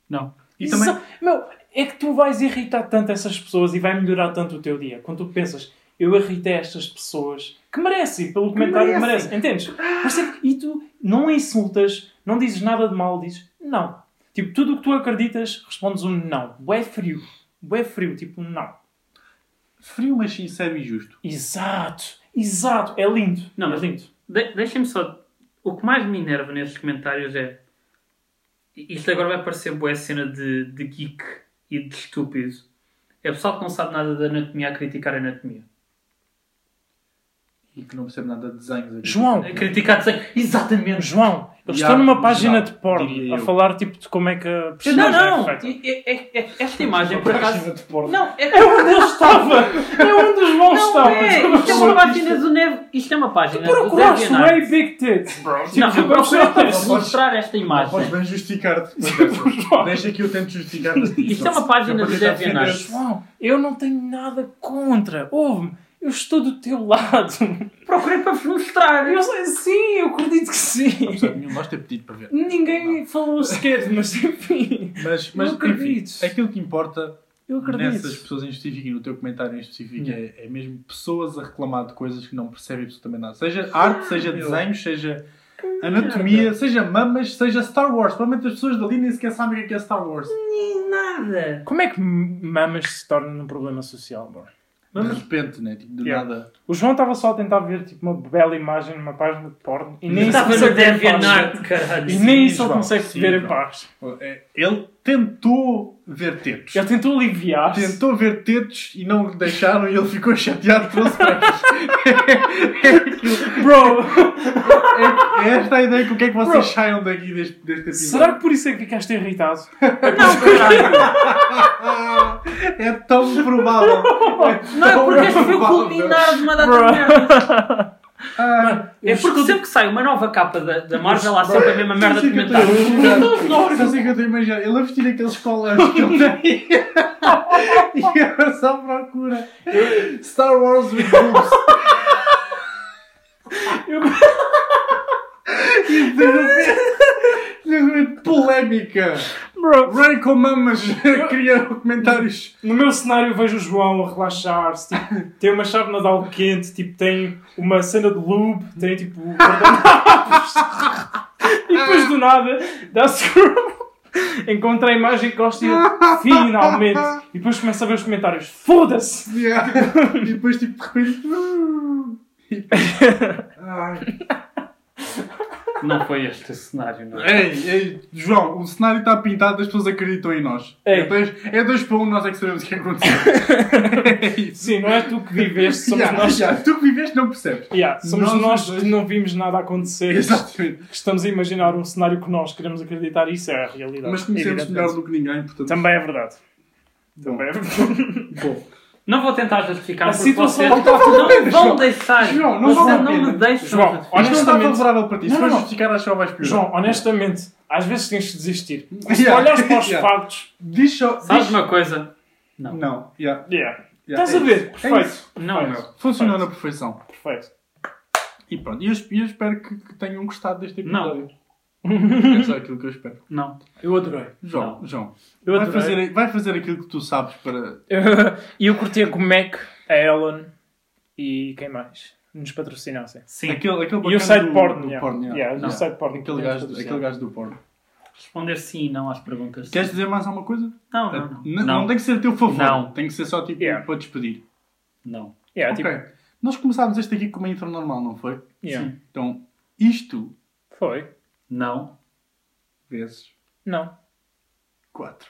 [SPEAKER 3] Não.
[SPEAKER 1] E também-
[SPEAKER 2] Isso- Meu, é que tu vais irritar tanto essas pessoas e vai melhorar tanto o teu dia. Quando tu pensas, eu irritei estas pessoas, que merecem, pelo comentário que merecem, entendes? Por isso é que- e tu não insultas, não dizes nada de mal, dizes não. Tipo, tudo o que tu acreditas, respondes um não. Bué frio. Bué frio, tipo, não.
[SPEAKER 1] Frio, mas sincero e justo.
[SPEAKER 2] Exato, exato. É lindo.
[SPEAKER 3] Não,
[SPEAKER 2] é
[SPEAKER 3] mas- assim,
[SPEAKER 2] lindo.
[SPEAKER 3] De, Deixem-me só. O que mais me enerva nesses comentários é. Isto agora vai parecer boa cena de, de geek e de estúpido. É pessoal que não sabe nada de anatomia a criticar a anatomia.
[SPEAKER 1] E que não percebe nada de desenhos aqui. É
[SPEAKER 2] João,
[SPEAKER 3] A criticar desenho. Exatamente!
[SPEAKER 2] João, eu
[SPEAKER 1] Já,
[SPEAKER 2] estou numa página
[SPEAKER 1] já,
[SPEAKER 2] de porno
[SPEAKER 1] diria
[SPEAKER 2] a
[SPEAKER 1] eu.
[SPEAKER 2] falar tipo de como é que a
[SPEAKER 3] Não,
[SPEAKER 2] personagem
[SPEAKER 3] não!
[SPEAKER 2] é feita.
[SPEAKER 3] E- e- e- e- Esta imagem, por acaso.
[SPEAKER 1] de porno.
[SPEAKER 3] Não, é
[SPEAKER 2] É onde ele estava! É onde o João
[SPEAKER 3] Não
[SPEAKER 2] estava!
[SPEAKER 3] é! Isto é uma página do Neve. Isto é uma página do
[SPEAKER 2] Procuraste
[SPEAKER 3] DeviantArt.
[SPEAKER 2] Way Big Tits, bro!
[SPEAKER 3] Não, é.
[SPEAKER 2] Tipo,
[SPEAKER 3] eu procuro
[SPEAKER 1] Não podes-
[SPEAKER 3] mostrar esta
[SPEAKER 1] Podes
[SPEAKER 3] imagem.
[SPEAKER 1] bem justificar-te. é
[SPEAKER 2] João.
[SPEAKER 1] Deixa que eu tento justificar-te.
[SPEAKER 3] Isto é uma página
[SPEAKER 1] Eu
[SPEAKER 3] do
[SPEAKER 1] para tentar defender.
[SPEAKER 3] DeviantArt.
[SPEAKER 2] João, eu não tenho nada contra! Ouve-me! Eu estou do teu lado!
[SPEAKER 3] Procurei para vos mostrar.
[SPEAKER 2] Eu sei, sim, eu acredito que
[SPEAKER 1] Não precisa
[SPEAKER 2] sim!
[SPEAKER 1] de nenhum de nós ter pedido para ver.
[SPEAKER 2] Ninguém falou sequer, mas enfim!
[SPEAKER 1] Mas,
[SPEAKER 2] Eu
[SPEAKER 1] mas enfim,
[SPEAKER 2] acredito.
[SPEAKER 1] aquilo que importa
[SPEAKER 2] Eu
[SPEAKER 1] nessas
[SPEAKER 2] acredito!
[SPEAKER 1] pessoas em específico e no teu comentário em específico é, é mesmo pessoas a reclamar de coisas que não percebem absolutamente nada. Seja
[SPEAKER 2] Ah,
[SPEAKER 1] arte, seja desenhos, seja anatomia, seja mamas, seja Star Wars. Provavelmente as pessoas dali nem sequer sabem o que é que é Star Wars.
[SPEAKER 3] Nem nada.
[SPEAKER 2] Como é que mamas se tornam um problema social, bro?
[SPEAKER 1] De repente, né? Tipo, do
[SPEAKER 2] Yeah.
[SPEAKER 1] nada.
[SPEAKER 2] O João estava só a tentar ver tipo, uma bela imagem numa página de porno e nem isso
[SPEAKER 3] Estava
[SPEAKER 2] consegue
[SPEAKER 3] no
[SPEAKER 2] ver em paz.
[SPEAKER 3] DeviantArt, caralho.
[SPEAKER 2] E nem isso ele
[SPEAKER 1] João,
[SPEAKER 2] consegue
[SPEAKER 1] sim,
[SPEAKER 2] ver em
[SPEAKER 1] João.
[SPEAKER 2] paz.
[SPEAKER 1] É, Ele tentou ver tetos.
[SPEAKER 2] Ele tentou aliviar-se.
[SPEAKER 1] Tentou ver tetos e não lhe deixaram e ele ficou chateado e trouxe para aqui.
[SPEAKER 2] Bro,
[SPEAKER 1] É, é esta a ideia que o que é que vocês
[SPEAKER 2] Bro.
[SPEAKER 1] saiam daqui deste, deste episódio.
[SPEAKER 2] será que por isso é que ficaste irritado? É
[SPEAKER 3] Não, caralho.
[SPEAKER 1] Ah, é tão provável.
[SPEAKER 3] Não é porque este viu
[SPEAKER 1] provável.
[SPEAKER 3] culminar de uma data
[SPEAKER 2] Bro.
[SPEAKER 3] de merda.
[SPEAKER 1] Ah,
[SPEAKER 3] É porque sempre que sai uma nova capa da, da Marvel, há sempre a mesma merda de
[SPEAKER 1] sei é que eu estou
[SPEAKER 3] comentário.
[SPEAKER 1] a
[SPEAKER 3] Então,
[SPEAKER 1] imaginar.
[SPEAKER 3] nós-
[SPEAKER 1] Só sei que eu estou a imaginar. Ele a vestir aqueles colares que ele tem. e ela só procura. Star Wars with boobs.
[SPEAKER 2] Eu-
[SPEAKER 1] e de repente. de repente, Polémica!
[SPEAKER 2] Bro,
[SPEAKER 1] Radical Mamas cria comentários.
[SPEAKER 2] No meu cenário eu vejo o João a relaxar-se, tipo, tem uma chávena de algo quente, tipo, tem uma cena de lube, tem tipo um guardanapos. e depois do nada dá scroll. Encontra a imagem que gosta e eu, finalmente. E depois começa a ver os comentários. Foda-se!
[SPEAKER 1] Yeah. e depois, tipo, de repente. "Uh". Ai.
[SPEAKER 3] Não foi este o cenário, não.
[SPEAKER 1] Ei, ei, João, o cenário está pintado, as pessoas acreditam em nós.
[SPEAKER 2] Ei.
[SPEAKER 1] É dois, é dois para um, nós é que sabemos o que aconteceu.
[SPEAKER 2] Sim, não é tu que viveste, somos
[SPEAKER 1] Yeah,
[SPEAKER 2] nós.
[SPEAKER 1] yeah, Tu que viveste não percebes.
[SPEAKER 2] Yeah, somos
[SPEAKER 1] Nós os
[SPEAKER 2] nós,
[SPEAKER 1] dois.
[SPEAKER 2] que não vimos nada acontecer.
[SPEAKER 1] Exatamente.
[SPEAKER 2] Que estamos a imaginar um cenário que nós queremos acreditar e isso é a realidade.
[SPEAKER 1] Mas conhecemos
[SPEAKER 2] Evidentemente.
[SPEAKER 1] melhor do que ninguém, portanto.
[SPEAKER 2] Também é verdade.
[SPEAKER 1] bom.
[SPEAKER 2] Também é verdade.
[SPEAKER 1] Bom.
[SPEAKER 3] Não vou tentar justificar
[SPEAKER 2] A
[SPEAKER 3] porque
[SPEAKER 2] situação- Não
[SPEAKER 3] vocês
[SPEAKER 1] tá valendo a
[SPEAKER 3] não
[SPEAKER 1] pena, João.
[SPEAKER 3] vão deixar.
[SPEAKER 1] João, não vale
[SPEAKER 3] Vocês
[SPEAKER 1] a
[SPEAKER 3] não me
[SPEAKER 1] pena.
[SPEAKER 3] deixam.
[SPEAKER 2] João,
[SPEAKER 3] justificar.
[SPEAKER 1] Isto não está
[SPEAKER 2] Honestamente-
[SPEAKER 1] favorável para ti. Se
[SPEAKER 2] Não,
[SPEAKER 1] fores
[SPEAKER 2] não.
[SPEAKER 1] justificar, acho que é só vais piorar.
[SPEAKER 2] João, honestamente, às vezes tens que desistir. Se
[SPEAKER 1] Yeah.
[SPEAKER 2] olhares para os
[SPEAKER 1] Yeah.
[SPEAKER 2] factos,
[SPEAKER 1] Diz só.
[SPEAKER 3] Sabes
[SPEAKER 1] diz-
[SPEAKER 3] uma coisa? Não.
[SPEAKER 1] Não, yeah,
[SPEAKER 2] yeah.
[SPEAKER 1] yeah,
[SPEAKER 2] estás a
[SPEAKER 1] é
[SPEAKER 2] ver?
[SPEAKER 1] isso. É
[SPEAKER 2] Perfeito.
[SPEAKER 1] isso.
[SPEAKER 3] Não, não.
[SPEAKER 1] Funcionou na perfeição.
[SPEAKER 2] Perfeito.
[SPEAKER 1] E pronto, e eu, e eu espero que, que tenham gostado deste
[SPEAKER 3] Não.
[SPEAKER 1] episódio. Não. É só aquilo que eu espero.
[SPEAKER 3] Não.
[SPEAKER 2] Eu adorei.
[SPEAKER 1] João, João,
[SPEAKER 2] Eu
[SPEAKER 1] vai
[SPEAKER 2] adorei.
[SPEAKER 1] fazer, vai fazer aquilo que tu sabes para.
[SPEAKER 2] E eu curtia que o Mac, a Ellen e quem mais nos patrocinassem.
[SPEAKER 3] Sim.
[SPEAKER 1] Aquele, aquele
[SPEAKER 2] E o
[SPEAKER 1] bacana
[SPEAKER 2] site
[SPEAKER 1] Um do-
[SPEAKER 2] porn.
[SPEAKER 1] do
[SPEAKER 2] yeah.
[SPEAKER 1] porn, yeah.
[SPEAKER 2] Yeah,
[SPEAKER 3] Não.
[SPEAKER 2] O site porn.
[SPEAKER 1] Aquele, gajo, aquele gajo do porno.
[SPEAKER 3] Responder sim e não às perguntas.
[SPEAKER 1] Queres dizer mais alguma coisa?
[SPEAKER 3] Não, não,
[SPEAKER 1] N-
[SPEAKER 3] não.
[SPEAKER 1] É, não. tem que ser a teu favor.
[SPEAKER 3] Não.
[SPEAKER 1] Tem que ser só tipo
[SPEAKER 2] Yeah.
[SPEAKER 1] para despedir.
[SPEAKER 3] Não.
[SPEAKER 2] Yeah,
[SPEAKER 1] ok.
[SPEAKER 2] tipo,
[SPEAKER 1] Nós começámos este aqui com uma intro normal, não foi?
[SPEAKER 2] yeah.
[SPEAKER 3] Sim.
[SPEAKER 1] Então, isto
[SPEAKER 2] Foi.
[SPEAKER 3] Não.
[SPEAKER 1] vezes
[SPEAKER 2] Não.
[SPEAKER 1] 4.